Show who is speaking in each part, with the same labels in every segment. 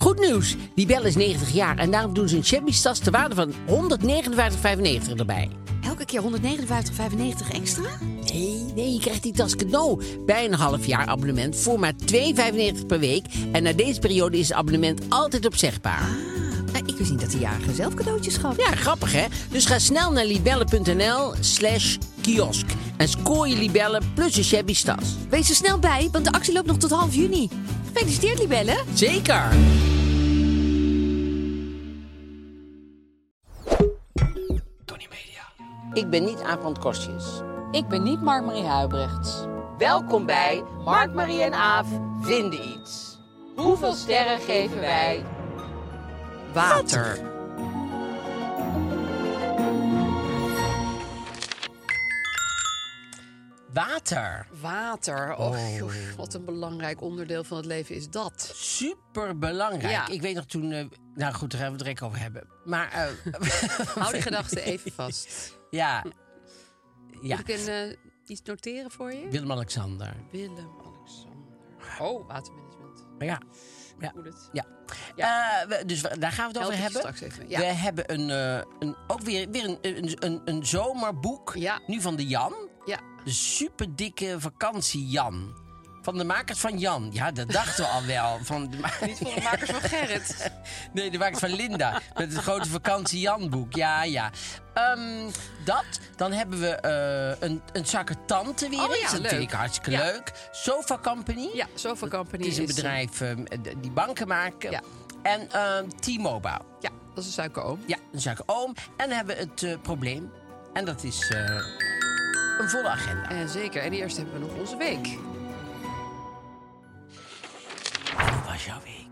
Speaker 1: Goed nieuws, die bel is 90 jaar en daarom doen ze een Chemie tas ter waarde van 159,95 erbij.
Speaker 2: Elke keer 159,95 extra?
Speaker 1: Nee, nee, je krijgt die tas cadeau bij een half jaar abonnement voor maar 2,95 per week. En na deze periode is het abonnement altijd opzegbaar.
Speaker 2: Nou, ik wist niet dat de jarige zelf cadeautjes gaf.
Speaker 1: Ja, grappig hè? Dus ga snel naar libellen.nl slash kiosk en scoor je libellen plus een shabby tas.
Speaker 2: Wees er snel bij, want de actie loopt nog tot half juni. Gefeliciteerd, Libelle.
Speaker 1: Zeker! Ik ben niet Aap van het Kostjes.
Speaker 3: Ik ben niet Mark-Marie Huibrechts.
Speaker 1: Welkom bij Mark, Marie en Aaf vinden iets. Hoeveel sterren geven wij?
Speaker 2: Water.
Speaker 1: Water.
Speaker 3: Water.
Speaker 1: Oh.
Speaker 3: Och, joh, wat een belangrijk onderdeel van het leven is dat.
Speaker 1: Super belangrijk.
Speaker 3: Ja.
Speaker 1: Ik weet nog toen. eh, nou goed, daar gaan we het direct over hebben. Maar. eh,
Speaker 3: Hou die gedachte even vast.
Speaker 1: ja. Ja.
Speaker 3: Moet ik een, eh, iets noteren voor je?
Speaker 1: Willem-Alexander.
Speaker 3: Willem-Alexander. Oh, watermanagement.
Speaker 1: Ja. Ja.
Speaker 3: Hoe het?
Speaker 1: ja. Eh, we- dus we- daar gaan we het
Speaker 3: Help
Speaker 1: over
Speaker 3: ik je
Speaker 1: hebben.
Speaker 3: straks even, ja.
Speaker 1: We hebben een, eh, een, ook weer, weer een, een, een, een zomerboek.
Speaker 3: Ja.
Speaker 1: Nu van de Jan.
Speaker 3: Ja.
Speaker 1: De super dikke vakantie Jan. Van de makers van Jan. Ja, dat dachten we al wel. Van de ma-
Speaker 3: Niet voor de makers van Gerrit.
Speaker 1: Nee, de maakt van Linda. Met het grote vakantie Janboek. Ja, ja. Ehm, dat. Dan hebben we eh, een, een zakken tante weer.
Speaker 3: Oh ja,
Speaker 1: eens. dat vind
Speaker 3: leuk.
Speaker 1: ik hartstikke
Speaker 3: Ja.
Speaker 1: leuk. Sofa Company.
Speaker 3: Ja, Sofa Company
Speaker 1: Het is een
Speaker 3: is, eh,
Speaker 1: bedrijf ehm, d- die banken maken.
Speaker 3: Ja.
Speaker 1: En ehm, T-Mobile.
Speaker 3: Ja, dat is een suikeroom.
Speaker 1: Ja, een zakken oom. En dan hebben we het eh, probleem. En dat is eh, een volle agenda.
Speaker 3: Eh, zeker. En eerst hebben we nog onze week.
Speaker 1: Hoe was jouw week?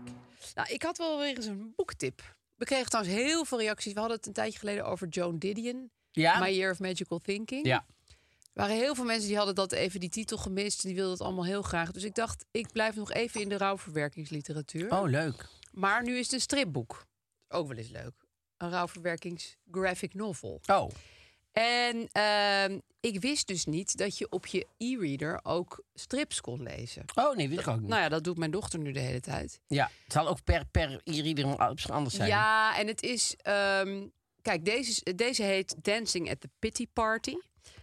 Speaker 3: Nou, ik had wel weer eens een boektip. We kregen trouwens heel veel reacties. We hadden het een tijdje geleden over Joan Didion.
Speaker 1: Ja.
Speaker 3: My Year of Magical Thinking.
Speaker 1: Ja.
Speaker 3: Er waren heel veel mensen die hadden dat even die titel gemist. Die wilden het allemaal heel graag. Dus ik dacht, ik blijf nog even in de rouwverwerkingsliteratuur.
Speaker 1: Oh, leuk.
Speaker 3: Maar nu is het een stripboek. Ook wel eens leuk. Een rouwverwerkings-graphic novel.
Speaker 1: Oh,
Speaker 3: En ehm, ik wist dus niet dat je op je e-reader ook strips kon lezen.
Speaker 1: oh nee, weet ik ook niet.
Speaker 3: Nou ja, dat doet mijn dochter nu de hele tijd.
Speaker 1: Ja, het zal ook per, per ieder anders zijn.
Speaker 3: Ja, en het is. ehm, kijk, deze, is- deze heet Dancing at the Pity Party.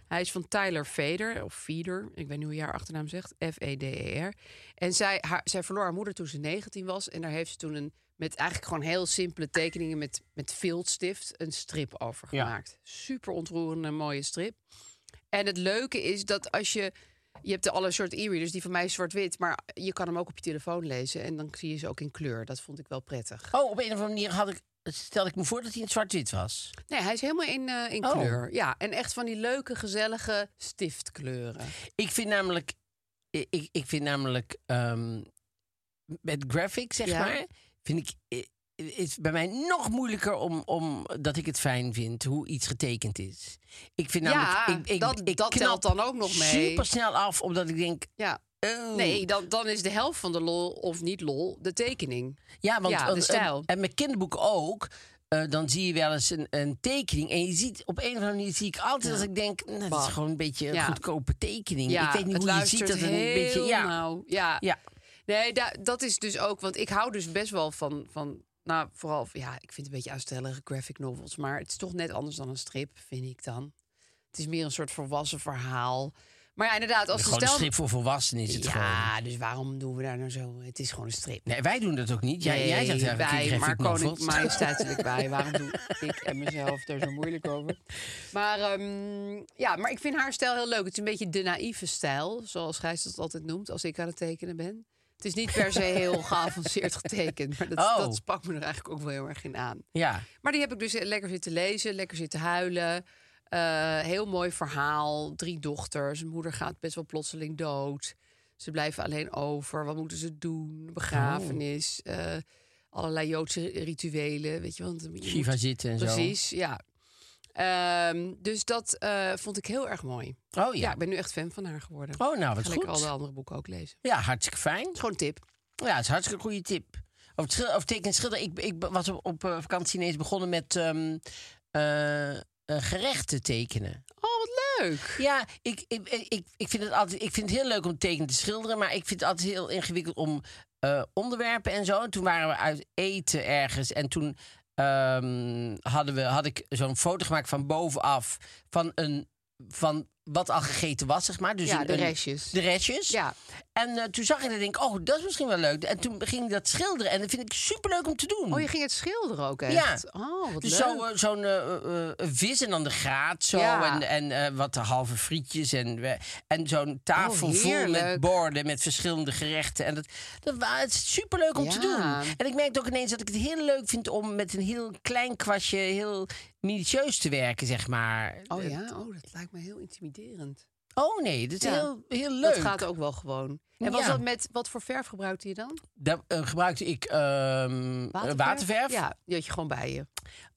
Speaker 3: Hij is van Tyler Vader, of Feeder, ik weet niet hoe je haar achternaam zegt, E F-E-D-E-R. En zij, haar, zij verloor haar moeder toen ze 19 was. En daar heeft ze toen een, met eigenlijk gewoon heel simpele tekeningen met, met viltstift, een strip over
Speaker 1: Ja.
Speaker 3: gemaakt. Super ontroerende, mooie strip. En het leuke is dat als je... Je hebt de alle soort e-readers, die van mij is zwart-wit... maar je kan hem ook op je telefoon lezen en dan zie je ze ook in kleur. Dat vond ik wel prettig.
Speaker 1: Oh, op een of andere manier had ik, stelde ik me voor dat hij in het zwart-wit was.
Speaker 3: Nee, hij is helemaal in, eh, in
Speaker 1: Oh.
Speaker 3: kleur. Ja, en echt van die leuke, gezellige stiftkleuren.
Speaker 1: Ik vind namelijk, ik- ik, ik vind namelijk ehm, met graphics, zeg
Speaker 3: Ja.
Speaker 1: maar, vind ik, i- is bij mij nog moeilijker om, om dat ik het fijn vind hoe iets getekend is. Ik vind
Speaker 3: Ja,
Speaker 1: namelijk, nou, ik, ik,
Speaker 3: dat-
Speaker 1: ik
Speaker 3: dat
Speaker 1: knap
Speaker 3: telt dan ook nog mee.
Speaker 1: Super snel af, omdat ik denk,
Speaker 3: Ja.
Speaker 1: oh.
Speaker 3: Nee, dan, dan is de helft van de lol, of niet lol, de tekening.
Speaker 1: Ja, want,
Speaker 3: Ja, de
Speaker 1: want,
Speaker 3: stijl.
Speaker 1: En, en met kinderboeken ook. eh, dan zie je wel eens een, een tekening. En je ziet op een of andere manier zie ik altijd als ik denk, nou, dat is
Speaker 3: Bah.
Speaker 1: gewoon een beetje een
Speaker 3: Ja.
Speaker 1: goedkope tekening.
Speaker 3: Ja,
Speaker 1: ik weet niet
Speaker 3: het
Speaker 1: hoe je ziet
Speaker 3: luistert
Speaker 1: dat het een
Speaker 3: heel
Speaker 1: beetje. Ja,
Speaker 3: nauw. Ja.
Speaker 1: ja.
Speaker 3: Nee, da- dat is dus ook, want ik hou dus best wel van, van nou, vooral, ja, ik vind het een beetje aanstellige graphic novels, maar het is toch net anders dan een strip, vind ik dan. Het is meer een soort volwassen verhaal. Maar ja, inderdaad, als de
Speaker 1: gewoon een
Speaker 3: stel...
Speaker 1: strip voor volwassenen is het
Speaker 3: ja,
Speaker 1: gewoon.
Speaker 3: dus waarom doen we daar nou zo? Het is gewoon een strip.
Speaker 1: Nee, wij doen dat ook niet. Jij, jij zegt
Speaker 3: Nee,
Speaker 1: eigenlijk
Speaker 3: wij,
Speaker 1: geen
Speaker 3: maar
Speaker 1: graphic
Speaker 3: koning
Speaker 1: novels.
Speaker 3: majesteitelijk wij. Waarom doe ik en mezelf daar zo moeilijk over? Maar, ehm, ja, maar ik vind haar stijl heel leuk. Het is een beetje de naïeve stijl, zoals Gijs dat altijd noemt als ik aan het tekenen ben. Het is niet per se heel geavanceerd getekend, maar dat,
Speaker 1: Oh.
Speaker 3: dat sprak me er eigenlijk ook wel heel erg in aan.
Speaker 1: Ja,
Speaker 3: Maar die heb ik dus lekker zitten lezen, lekker zitten huilen. Eh, heel mooi verhaal. Drie dochters. Moeder gaat best wel plotseling dood. Ze blijven alleen over. Wat moeten ze doen? Begrafenis.
Speaker 1: Oh.
Speaker 3: eh, allerlei Joodse rituelen. Weet je, want je moet-
Speaker 1: Shiva zitten en
Speaker 3: Precies, ja. Ehm, dus dat eh, vond ik heel erg mooi.
Speaker 1: zo. Oh
Speaker 3: Ja.
Speaker 1: ja.
Speaker 3: ik ben nu echt fan van haar geworden.
Speaker 1: Oh, nou, wat
Speaker 3: Ga lekker
Speaker 1: goed.
Speaker 3: alle andere boeken ook lezen.
Speaker 1: Ja, hartstikke fijn.
Speaker 3: Gewoon een tip.
Speaker 1: Ja, het is een hartstikke goede tip. Over het schilder, over tekenen en schilderen. Ik, ik was op, op eh, vakantie ineens begonnen met ehm, eh, eh, gerechten tekenen.
Speaker 3: Oh, wat leuk.
Speaker 1: Ja, ik, ik, ik, ik, vind het altijd, ik vind het heel leuk om tekenen te schilderen, maar ik vind het altijd heel ingewikkeld om eh, onderwerpen en zo. En toen waren we uit eten ergens en toen ehm, hadden we, had ik zo'n foto gemaakt van bovenaf van, een, van wat al gegeten was, zeg maar. Dus
Speaker 3: Ja,
Speaker 1: een-
Speaker 3: de
Speaker 1: een-
Speaker 3: restjes.
Speaker 1: De restjes.
Speaker 3: Ja.
Speaker 1: En eh, toen zag ik dat en denk ik, oh, dat is misschien wel leuk. En toen ging ik dat schilderen en dat vind ik superleuk om te doen.
Speaker 3: Oh, je ging het schilderen ook
Speaker 1: Ja.
Speaker 3: echt? Oh, wat
Speaker 1: Dus
Speaker 3: leuk.
Speaker 1: zo, eh, zo'n eh, eh, eh, vis en dan de graat zo.
Speaker 3: Ja.
Speaker 1: En, en eh, wat halve frietjes. En, we- en zo'n tafel
Speaker 3: Oh,
Speaker 1: vol met
Speaker 3: heerlijk.
Speaker 1: borden met verschillende gerechten. En dat, dat wa- het is superleuk om te
Speaker 3: Ja.
Speaker 1: doen. En ik merkte ook ineens dat ik het heel leuk vind om met een heel klein kwastje heel minutieus te werken, zeg maar.
Speaker 3: Oh ja, oh, dat lijkt me heel intimiderend.
Speaker 1: Oh nee, dat is
Speaker 3: Ja.
Speaker 1: heel, heel leuk.
Speaker 3: Dat gaat ook wel gewoon. En was
Speaker 1: Ja.
Speaker 3: dat met, wat voor verf gebruikte je dan?
Speaker 1: Daar eh, gebruikte ik ehm, waterverf.
Speaker 3: Ja, die had je gewoon bij je.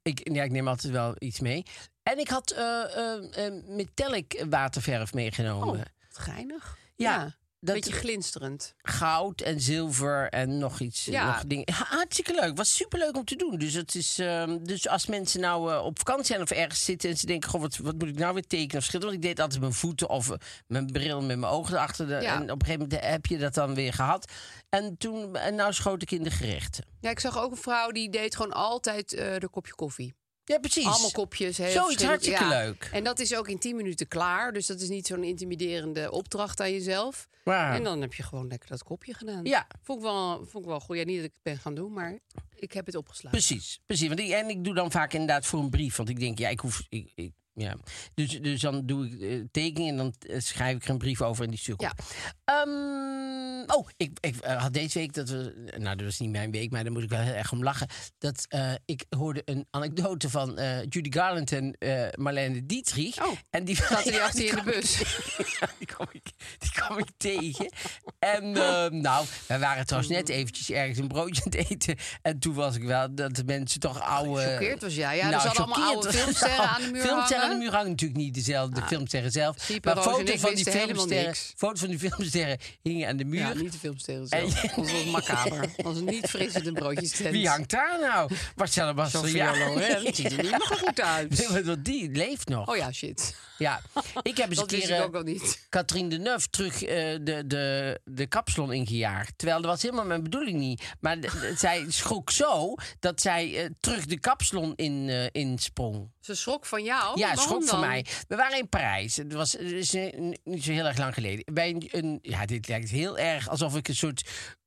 Speaker 1: Ik, ja, ik neem altijd wel iets mee. En ik had eh, eh, eh, metallic waterverf meegenomen.
Speaker 3: Oh, wat geinig.
Speaker 1: Ja,
Speaker 3: dat...
Speaker 1: dat-
Speaker 3: beetje glinsterend.
Speaker 1: goud en zilver en nog iets.
Speaker 3: Ja.
Speaker 1: Nog dingen. Ha- Hartstikke leuk. Was superleuk om te doen. Dus, het is, ehm, dus als mensen nou eh, op vakantie zijn of ergens zitten... en ze denken, goh, wat, wat moet ik nou weer tekenen of schilderen? Want ik deed altijd mijn voeten of eh, mijn bril met mijn ogen erachter. De-
Speaker 3: Ja.
Speaker 1: En op een gegeven moment heb je dat dan weer gehad. En, toen, en nou schoot ik in de gerechten.
Speaker 3: Ja, ik zag ook een vrouw die deed gewoon altijd eh de kopje koffie.
Speaker 1: Ja, precies.
Speaker 3: Allemaal kopjes. Heel
Speaker 1: Zoiets
Speaker 3: verschillend.
Speaker 1: hartstikke
Speaker 3: Ja.
Speaker 1: leuk.
Speaker 3: En dat is ook in 10 minuten klaar. Dus dat is niet zo'n intimiderende opdracht aan jezelf.
Speaker 1: Ja.
Speaker 3: En dan heb je gewoon lekker dat kopje gedaan.
Speaker 1: Ah. Ja.
Speaker 3: Vond ik wel, vond ik wel goed. Ja, niet dat ik het ben gaan doen, maar ik heb het opgeslagen.
Speaker 1: Precies, precies. Want ik, en ik doe dan vaak inderdaad voor een brief. Want ik denk, ja, ik hoef. Ik, ik, ja. dus, dus dan doe ik eh, tekening en dan eh, schrijf ik er een brief over en die stuur ik op. Ehm, oh, ik, ik eh, had deze week dat we. Nou, dat was niet mijn week, maar daar moet ik wel heel erg om lachen. Dat eh, ik hoorde een anekdote van eh, Judy Garland en eh, Marlene Dietrich.
Speaker 3: Oh,
Speaker 1: en die
Speaker 3: Zaten die achter je in de
Speaker 1: kwam-
Speaker 3: bus?
Speaker 1: ja, die kwam ik, die kwam ik tegen. En ehm, nou, wij waren trouwens net eventjes ergens een broodje aan het eten. En toen was ik wel dat de mensen toch Nou, oude...
Speaker 3: Oh, Gechoqueerd was jij. Ja, er zaten allemaal
Speaker 1: choqueerd.
Speaker 3: oude filmsterren aan de muur
Speaker 1: Nou, Filmsterren aan de
Speaker 3: hangen.
Speaker 1: muur hangen natuurlijk niet dezelfde filmsterren zelf.
Speaker 3: Siepe,
Speaker 1: maar
Speaker 3: Roos en
Speaker 1: foto's
Speaker 3: ik
Speaker 1: van, die
Speaker 3: wisten helemaal
Speaker 1: filmsterren,
Speaker 3: niks.
Speaker 1: foto's van die filmsterren hingen aan de muur.
Speaker 3: Ja, niet de filmsterren
Speaker 1: En-
Speaker 3: zelf. Dat was macaber. Dat was niet frissend een broodje tent.
Speaker 1: Wie hangt daar nou? Marcella
Speaker 3: Sophia
Speaker 1: Bastiaan.
Speaker 3: Loren. Dat ziet er niet nog goed
Speaker 1: Nee,
Speaker 3: uit.
Speaker 1: maar dat- Die leeft nog.
Speaker 3: Oh ja, shit.
Speaker 1: Ja. Ik heb eens
Speaker 3: Dat
Speaker 1: een
Speaker 3: wist
Speaker 1: keer...
Speaker 3: ik
Speaker 1: eh,
Speaker 3: ook al niet.
Speaker 1: Katrien de Neuf terug eh, de, de, de kapsalon ingejaagd. Terwijl dat was helemaal mijn bedoeling niet. Maar de- de- zij schrok zo dat zij eh, terug de kapsalon in, eh in sprong.
Speaker 3: Ze schrok van jou?
Speaker 1: ja,
Speaker 3: Nou, Waarom
Speaker 1: schrok van
Speaker 3: dan?
Speaker 1: mij. We waren in Parijs. Het was het is, eh, n- niet zo heel erg lang geleden. Bij een, een- ja, dit lijkt heel erg alsof ik een soort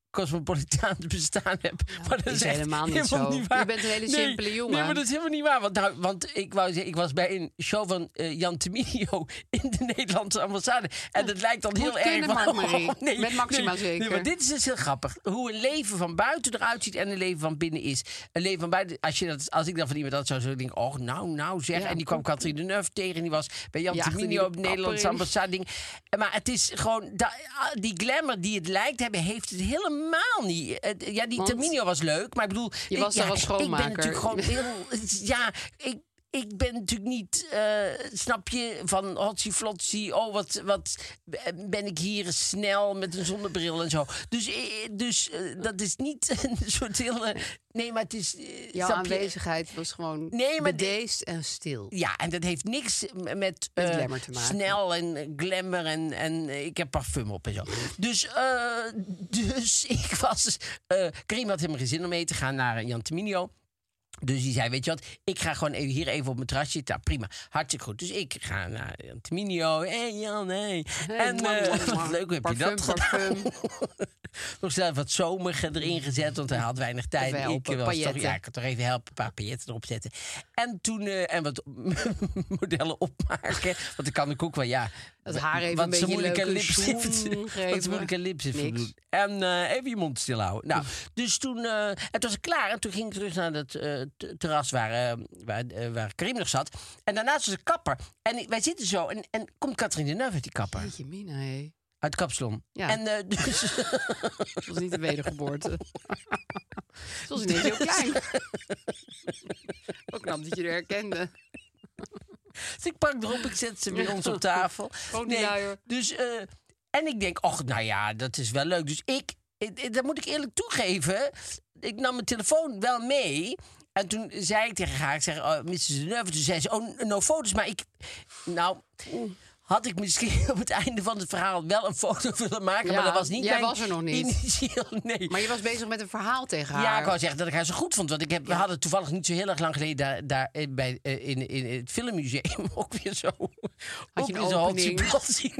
Speaker 1: cosmopolitaans bestaan heb. maar dat
Speaker 3: is
Speaker 1: echt
Speaker 3: helemaal niet zo.
Speaker 1: waar.
Speaker 3: Je bent een hele
Speaker 1: Nee,
Speaker 3: simpele jongen.
Speaker 1: Nee, maar dat is helemaal niet waar. Want, nou, want ik, wou zeggen, ik was bij een show van eh, Jan Temilio in de Nederlandse ambassade. En dat lijkt dan
Speaker 3: Moet
Speaker 1: heel erg...
Speaker 3: kunnen,
Speaker 1: van- Oh,
Speaker 3: Mark-Marie. Met Maxima
Speaker 1: nee, Nee,
Speaker 3: zeker.
Speaker 1: maar dit is dus heel grappig. Hoe een leven van buiten eruit ziet en een leven van binnen is. Een leven van buiten... Als, je dat, als ik dan van iemand dat zou denken... Oh, nou, nou zeg.
Speaker 3: Ja,
Speaker 1: en die kwam Katrien de Neuf tegen. En die was bij Jan
Speaker 3: Jaagde die
Speaker 1: Temilio
Speaker 3: de
Speaker 1: op de Nederlandse
Speaker 3: kapper in.
Speaker 1: ambassade. ding. En Maar het is gewoon... da- ah, die glamour die het lijkt te hebben... heeft het helemaal niet. Het- Ja, die
Speaker 3: Want?
Speaker 1: Terminio was leuk. Maar ik bedoel...
Speaker 3: Je was
Speaker 1: ja,
Speaker 3: daar als schoonmaker.
Speaker 1: Ik ben natuurlijk gewoon heel... Ja, ik, ik ben natuurlijk niet... eh, snap je? Van hotsie flotsie. Oh, wat, wat ben ik hier snel met een zonnebril en zo. Dus, eh, dus eh, dat is niet een soort hele... Nee, maar het is... eh,
Speaker 3: Jouw
Speaker 1: snap je?
Speaker 3: aanwezigheid was gewoon
Speaker 1: Nee, maar-
Speaker 3: bedeesd en stil.
Speaker 1: Ja, en dat heeft niks m- met, eh,
Speaker 3: glamour te maken.
Speaker 1: snel en eh, glamour en, en eh, ik heb parfum op en zo. Dus, eh, dus ik was... eh Karim had helemaal geen zin om mee te gaan naar eh, Jan Teminio. Dus die zei, weet je wat, ik ga gewoon even hier even op mijn terrasje zitten. Nou, prima, hartstikke goed. Dus ik ga naar Jan Teminio. Hé hey Jan, hey. en
Speaker 3: mwah,
Speaker 1: eh,
Speaker 3: mwah, mwah.
Speaker 1: leuk, hoe heb je
Speaker 3: Parfum,
Speaker 1: dat gedaan?
Speaker 3: parfum.
Speaker 1: Nog snel wat zomer erin gezet, want hij had weinig tijd.
Speaker 3: Even helpen,
Speaker 1: ik was toch,
Speaker 3: pailletten.
Speaker 1: ja, ik kan toch even helpen, een paar pailletten erop zetten. En toen, eh, en wat modellen opmaken. Want ik kan ik ook wel, ja.
Speaker 3: Dat haar even
Speaker 1: wat
Speaker 3: een
Speaker 1: ze
Speaker 3: beetje
Speaker 1: moeilijke
Speaker 3: leuke
Speaker 1: lips
Speaker 3: zoen
Speaker 1: heeft- Wat
Speaker 3: geven.
Speaker 1: ze moeilijke lips heeft
Speaker 3: Niks.
Speaker 1: doen. En eh, even je mond stilhouden. Nou, dus toen, eh, het was klaar. En toen ging ik terug naar dat eh, t- terras waar, eh, waar, eh, waar Karim nog zat. En daarnaast was een kapper. En ik- wij zitten zo. En, en komt Katrien de Neuf uit die kapper.
Speaker 3: Jeetje mina, hé.
Speaker 1: Uit Kapsalon.
Speaker 3: Ja.
Speaker 1: En eh, dus...
Speaker 3: Het was niet een wedergeboorte. het was ineens heel klein. Ook knap dat je er herkende.
Speaker 1: Dus ik pak erop, ik zet ze bij ons op tafel.
Speaker 3: Gewoon die luier.
Speaker 1: Dus, eh, en ik denk, och, nou ja, dat is wel leuk. Dus ik, ik- ik- dat moet ik eerlijk toegeven, ik nam mijn telefoon wel mee. En toen zei ik tegen haar, ik zeg, oh, Mrs. Nerve. Toen zei ze, oh, no foto's. Maar ik, nou, had ik misschien op het einde van het verhaal wel een foto willen maken.
Speaker 3: Ja,
Speaker 1: maar dat was niet
Speaker 3: jij
Speaker 1: mijn
Speaker 3: was er nog niet.
Speaker 1: initieel, nee.
Speaker 3: Maar je was bezig met een verhaal tegen haar.
Speaker 1: Ja, ik wou zeggen dat ik haar zo goed vond. Want ik heb, we hadden toevallig niet zo heel erg lang geleden daar, daar eh, bij, eh, in, in het filmmuseum ook weer zo. ook
Speaker 3: een
Speaker 1: weer zo'n
Speaker 3: opening?
Speaker 1: halsje-palsje.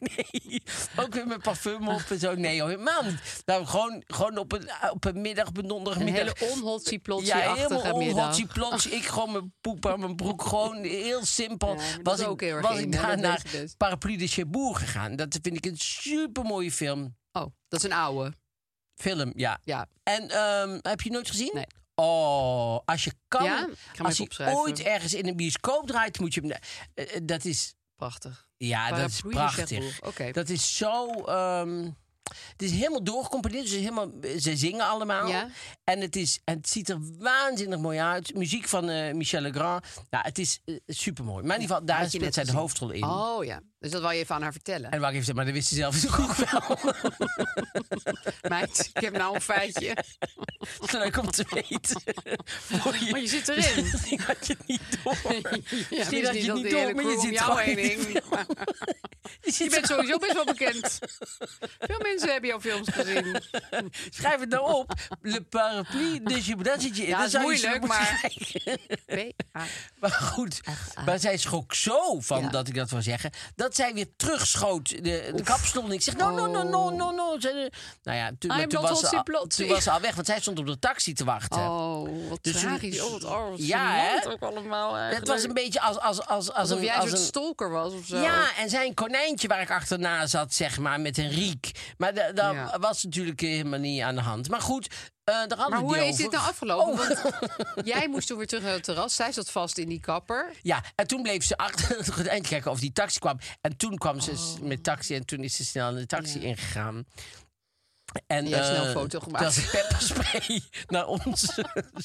Speaker 1: Nee, nee. Ook weer met parfum op en zo. Nee, joh, helemaal niet. Nou, gewoon, gewoon op, een, op een middag, op een
Speaker 3: een
Speaker 1: donderdagmiddag.
Speaker 3: hele onhotsie-plotsie
Speaker 1: ja, helemaal
Speaker 3: achtige middag.
Speaker 1: onhotsie plots. Ik gewoon mijn poep aan mijn broek. Gewoon heel simpel.
Speaker 3: Ja, dat
Speaker 1: was
Speaker 3: is
Speaker 1: ik,
Speaker 3: ook heel erg
Speaker 1: was
Speaker 3: in,
Speaker 1: ik
Speaker 3: hè,
Speaker 1: daar
Speaker 3: dat
Speaker 1: naar
Speaker 3: weet je dus.
Speaker 1: Parapluie de Cherbourg gegaan. Dat vind ik een supermooie film.
Speaker 3: Oh, dat is een oude.
Speaker 1: Film, ja.
Speaker 3: Ja.
Speaker 1: En ehm, heb je nooit gezien?
Speaker 3: Nee.
Speaker 1: Oh, als je kan.
Speaker 3: Ja? Ik ga hem even
Speaker 1: als je
Speaker 3: opschrijven.
Speaker 1: ooit ergens in een bioscoop draait, moet je hem. eh, eh, dat is.
Speaker 3: Prachtig.
Speaker 1: Ja, dat is
Speaker 3: Parapluie de
Speaker 1: prachtig.
Speaker 3: Cherbourg, oké.
Speaker 1: Dat is zo. ehm, het is helemaal doorgecomponeerd. Dus het is helemaal, ze zingen allemaal.
Speaker 3: Ja.
Speaker 1: En, het is, en het ziet er waanzinnig mooi uit. Muziek van eh, Michel Legrand. Nou, het is super mooi. Maar in ieder geval, daar
Speaker 3: Had je
Speaker 1: speelt
Speaker 3: net
Speaker 1: zij de
Speaker 3: gezien.
Speaker 1: hoofdrol in.
Speaker 3: Oh ja, dus dat wou je even aan haar vertellen.
Speaker 1: En waar heeft ze, maar dat wist ze zelf toch ook wel.
Speaker 3: Meid, ik heb nou een feitje.
Speaker 1: nou, Het is leuk om te weten. Voor
Speaker 3: Maar je zit erin.
Speaker 1: Misschien had je het niet door. Misschien
Speaker 3: wist
Speaker 1: had je het
Speaker 3: niet dat
Speaker 1: niet
Speaker 3: de hele
Speaker 1: door, maar je
Speaker 3: crew om
Speaker 1: zit
Speaker 3: jou
Speaker 1: gewoon in
Speaker 3: heen
Speaker 1: die
Speaker 3: hing.
Speaker 1: film. Je
Speaker 3: Je
Speaker 1: zit
Speaker 3: bent
Speaker 1: zo...
Speaker 3: sowieso best wel bekend. Veel mensen hebben jouw films gezien.
Speaker 1: Schrijf het nou op. Le parapluie, dus je, daar zit je in.
Speaker 3: Ja,
Speaker 1: Dat
Speaker 3: is
Speaker 1: zou je zo
Speaker 3: moeilijk,
Speaker 1: moeten
Speaker 3: maar-
Speaker 1: kijken.
Speaker 3: B.A.
Speaker 1: Maar goed, maar zij schrok zo van
Speaker 3: Ja.
Speaker 1: dat ik dat wil zeggen... dat zij weer terugschoot de, de kapsel. Ik zeg, no, no, no, no, no, no. Ze- nou ja, toen, maar
Speaker 3: I'm
Speaker 1: toen,
Speaker 3: not
Speaker 1: was ze
Speaker 3: Hotsie
Speaker 1: al,
Speaker 3: Plotsie.
Speaker 1: toen was ze al weg, want zij stond op de taxi te wachten.
Speaker 3: Oh, wat
Speaker 1: Dus toen-
Speaker 3: tragisch. Oh, wat arm. Wat
Speaker 1: Ja, hè?
Speaker 3: gênant ook allemaal
Speaker 1: Het
Speaker 3: eigenlijk.
Speaker 1: was een beetje als, als, als, als,
Speaker 3: Alsof
Speaker 1: een,
Speaker 3: jij een
Speaker 1: als
Speaker 3: soort
Speaker 1: een-
Speaker 3: stalker was of zo.
Speaker 1: Ja, en zijn konijntje waar ik achterna zat, zeg maar, met een riek. Maar da- daar
Speaker 3: Ja.
Speaker 1: was natuurlijk helemaal niet aan de hand. Maar goed, eh, daar hadden
Speaker 3: Maar
Speaker 1: we
Speaker 3: hoe
Speaker 1: het niet
Speaker 3: is dit
Speaker 1: over.
Speaker 3: nou afgelopen?
Speaker 1: Oh.
Speaker 3: Want jij moest toen weer terug naar het terras. Zij zat vast in die kapper.
Speaker 1: Ja, en toen bleef ze achter het gordijn kijken of die taxi kwam. En toen kwam ze s-
Speaker 3: Oh.
Speaker 1: met taxi en toen is ze snel in de taxi ingegaan. En
Speaker 3: Je hebt
Speaker 1: eh,
Speaker 3: snel een foto gemaakt.
Speaker 1: Dat is pepperspray naar ons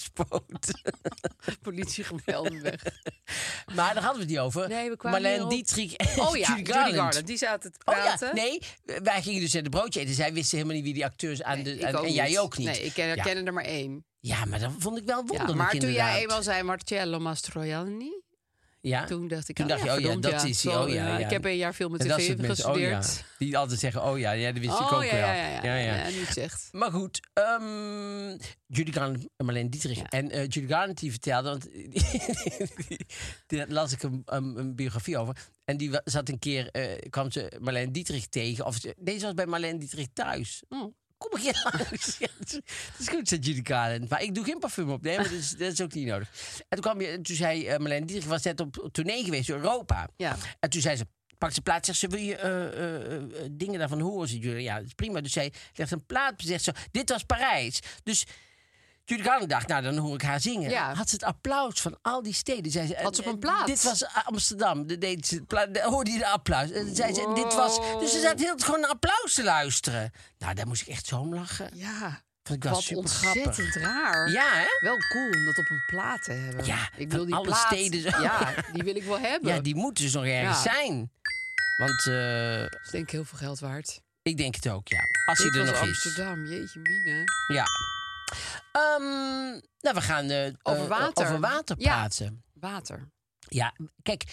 Speaker 1: spoot.
Speaker 3: Politie gemeld weg.
Speaker 1: Maar daar hadden we het niet over.
Speaker 3: Nee, we kwamen
Speaker 1: Marlene
Speaker 3: hierop.
Speaker 1: Dietrich en
Speaker 3: Oh ja,
Speaker 1: Judy
Speaker 3: Judy
Speaker 1: Garland.
Speaker 3: Garland. Die zaten te
Speaker 1: Oh ja,
Speaker 3: praten.
Speaker 1: nee, wij gingen dus het broodje eten. Zij wisten helemaal niet wie die acteurs aan de...
Speaker 3: Ik
Speaker 1: en,
Speaker 3: ook
Speaker 1: en jij
Speaker 3: niet.
Speaker 1: ook niet.
Speaker 3: Nee, ik ken,
Speaker 1: Ja.
Speaker 3: ken er maar één.
Speaker 1: Ja, maar dat vond ik wel
Speaker 3: Ja,
Speaker 1: wonderlijk
Speaker 3: maar toen
Speaker 1: inderdaad.
Speaker 3: jij eenmaal zei Marcello Mastroianni,
Speaker 1: Ja?
Speaker 3: toen dacht ik,
Speaker 1: Toen dacht je, oh ja,
Speaker 3: verdomd,
Speaker 1: dat is hij,
Speaker 3: zo,
Speaker 1: oh ja, ja.
Speaker 3: Ik heb een jaar film met
Speaker 1: En dat soort
Speaker 3: tv
Speaker 1: mensen, oh ja.
Speaker 3: gestudeerd.
Speaker 1: Die altijd zeggen, oh ja, ja dat wist ik ook
Speaker 3: ja,
Speaker 1: wel.
Speaker 3: ja, ja, ja, ja, niet zegt.
Speaker 1: Maar goed, ehm Judy Garland en Marlene Dietrich. En eh Judy Garland die vertelde, want daar las ik een, een, een biografie over. En die wa- zat een keer, eh, kwam ze Marlene Dietrich tegen. Of ze- nee, ze was bij Marlene Dietrich thuis. Hm, Kom een keer langs. Ja, Het is- het is goed, zei Judy Garland. Maar ik doe geen parfum op. Nee, maar dat is, dat is ook niet nodig. En toen, kwam je, toen zei eh, Marlene Dietrich, was net op tournee geweest in Europa.
Speaker 3: Ja.
Speaker 1: En toen zei ze, pak ze plaat. Zegt ze, wil je eh, eh, eh, dingen daarvan horen? Zegt Julia, ja, dat is prima. Dus zij legt een plaat. op. Zegt ze, dit was Parijs. Dus Judy Garland dacht, nou, dan hoor ik haar zingen.
Speaker 3: Ja.
Speaker 1: Had ze het applaus van al die steden. Zei ze,
Speaker 3: Had ze
Speaker 1: eh,
Speaker 3: op een
Speaker 1: eh,
Speaker 3: plaat?
Speaker 1: Dit was Amsterdam. De, deed ze, pla- de- hoorde je de applaus? En zei ze, dit
Speaker 3: Oh.
Speaker 1: was... Dus ze zat heel het gewoon naar applaus te luisteren. Nou, daar moest ik echt zo om lachen.
Speaker 3: Ja,
Speaker 1: Vond ik wel
Speaker 3: wat
Speaker 1: super grappig.
Speaker 3: ontzettend raar.
Speaker 1: Ja, hè?
Speaker 3: Wel cool om dat op een plaat te hebben.
Speaker 1: Ja, van
Speaker 3: ik wil die
Speaker 1: alle
Speaker 3: plaat,
Speaker 1: steden zo.
Speaker 3: Ja, die wil ik wel hebben.
Speaker 1: Ja, die moet dus nog ergens
Speaker 3: Ja.
Speaker 1: zijn. Want eh,
Speaker 3: Dat is denk ik heel veel geld waard.
Speaker 1: ik denk het ook, ja. Als hij
Speaker 3: Dit
Speaker 1: er
Speaker 3: was
Speaker 1: nog is.
Speaker 3: Amsterdam, jeetje mine.
Speaker 1: Ja. Ehm, nou, we gaan eh,
Speaker 3: Over
Speaker 1: eh,
Speaker 3: water.
Speaker 1: over water
Speaker 3: Ja.
Speaker 1: praten.
Speaker 3: Water.
Speaker 1: Ja. kijk.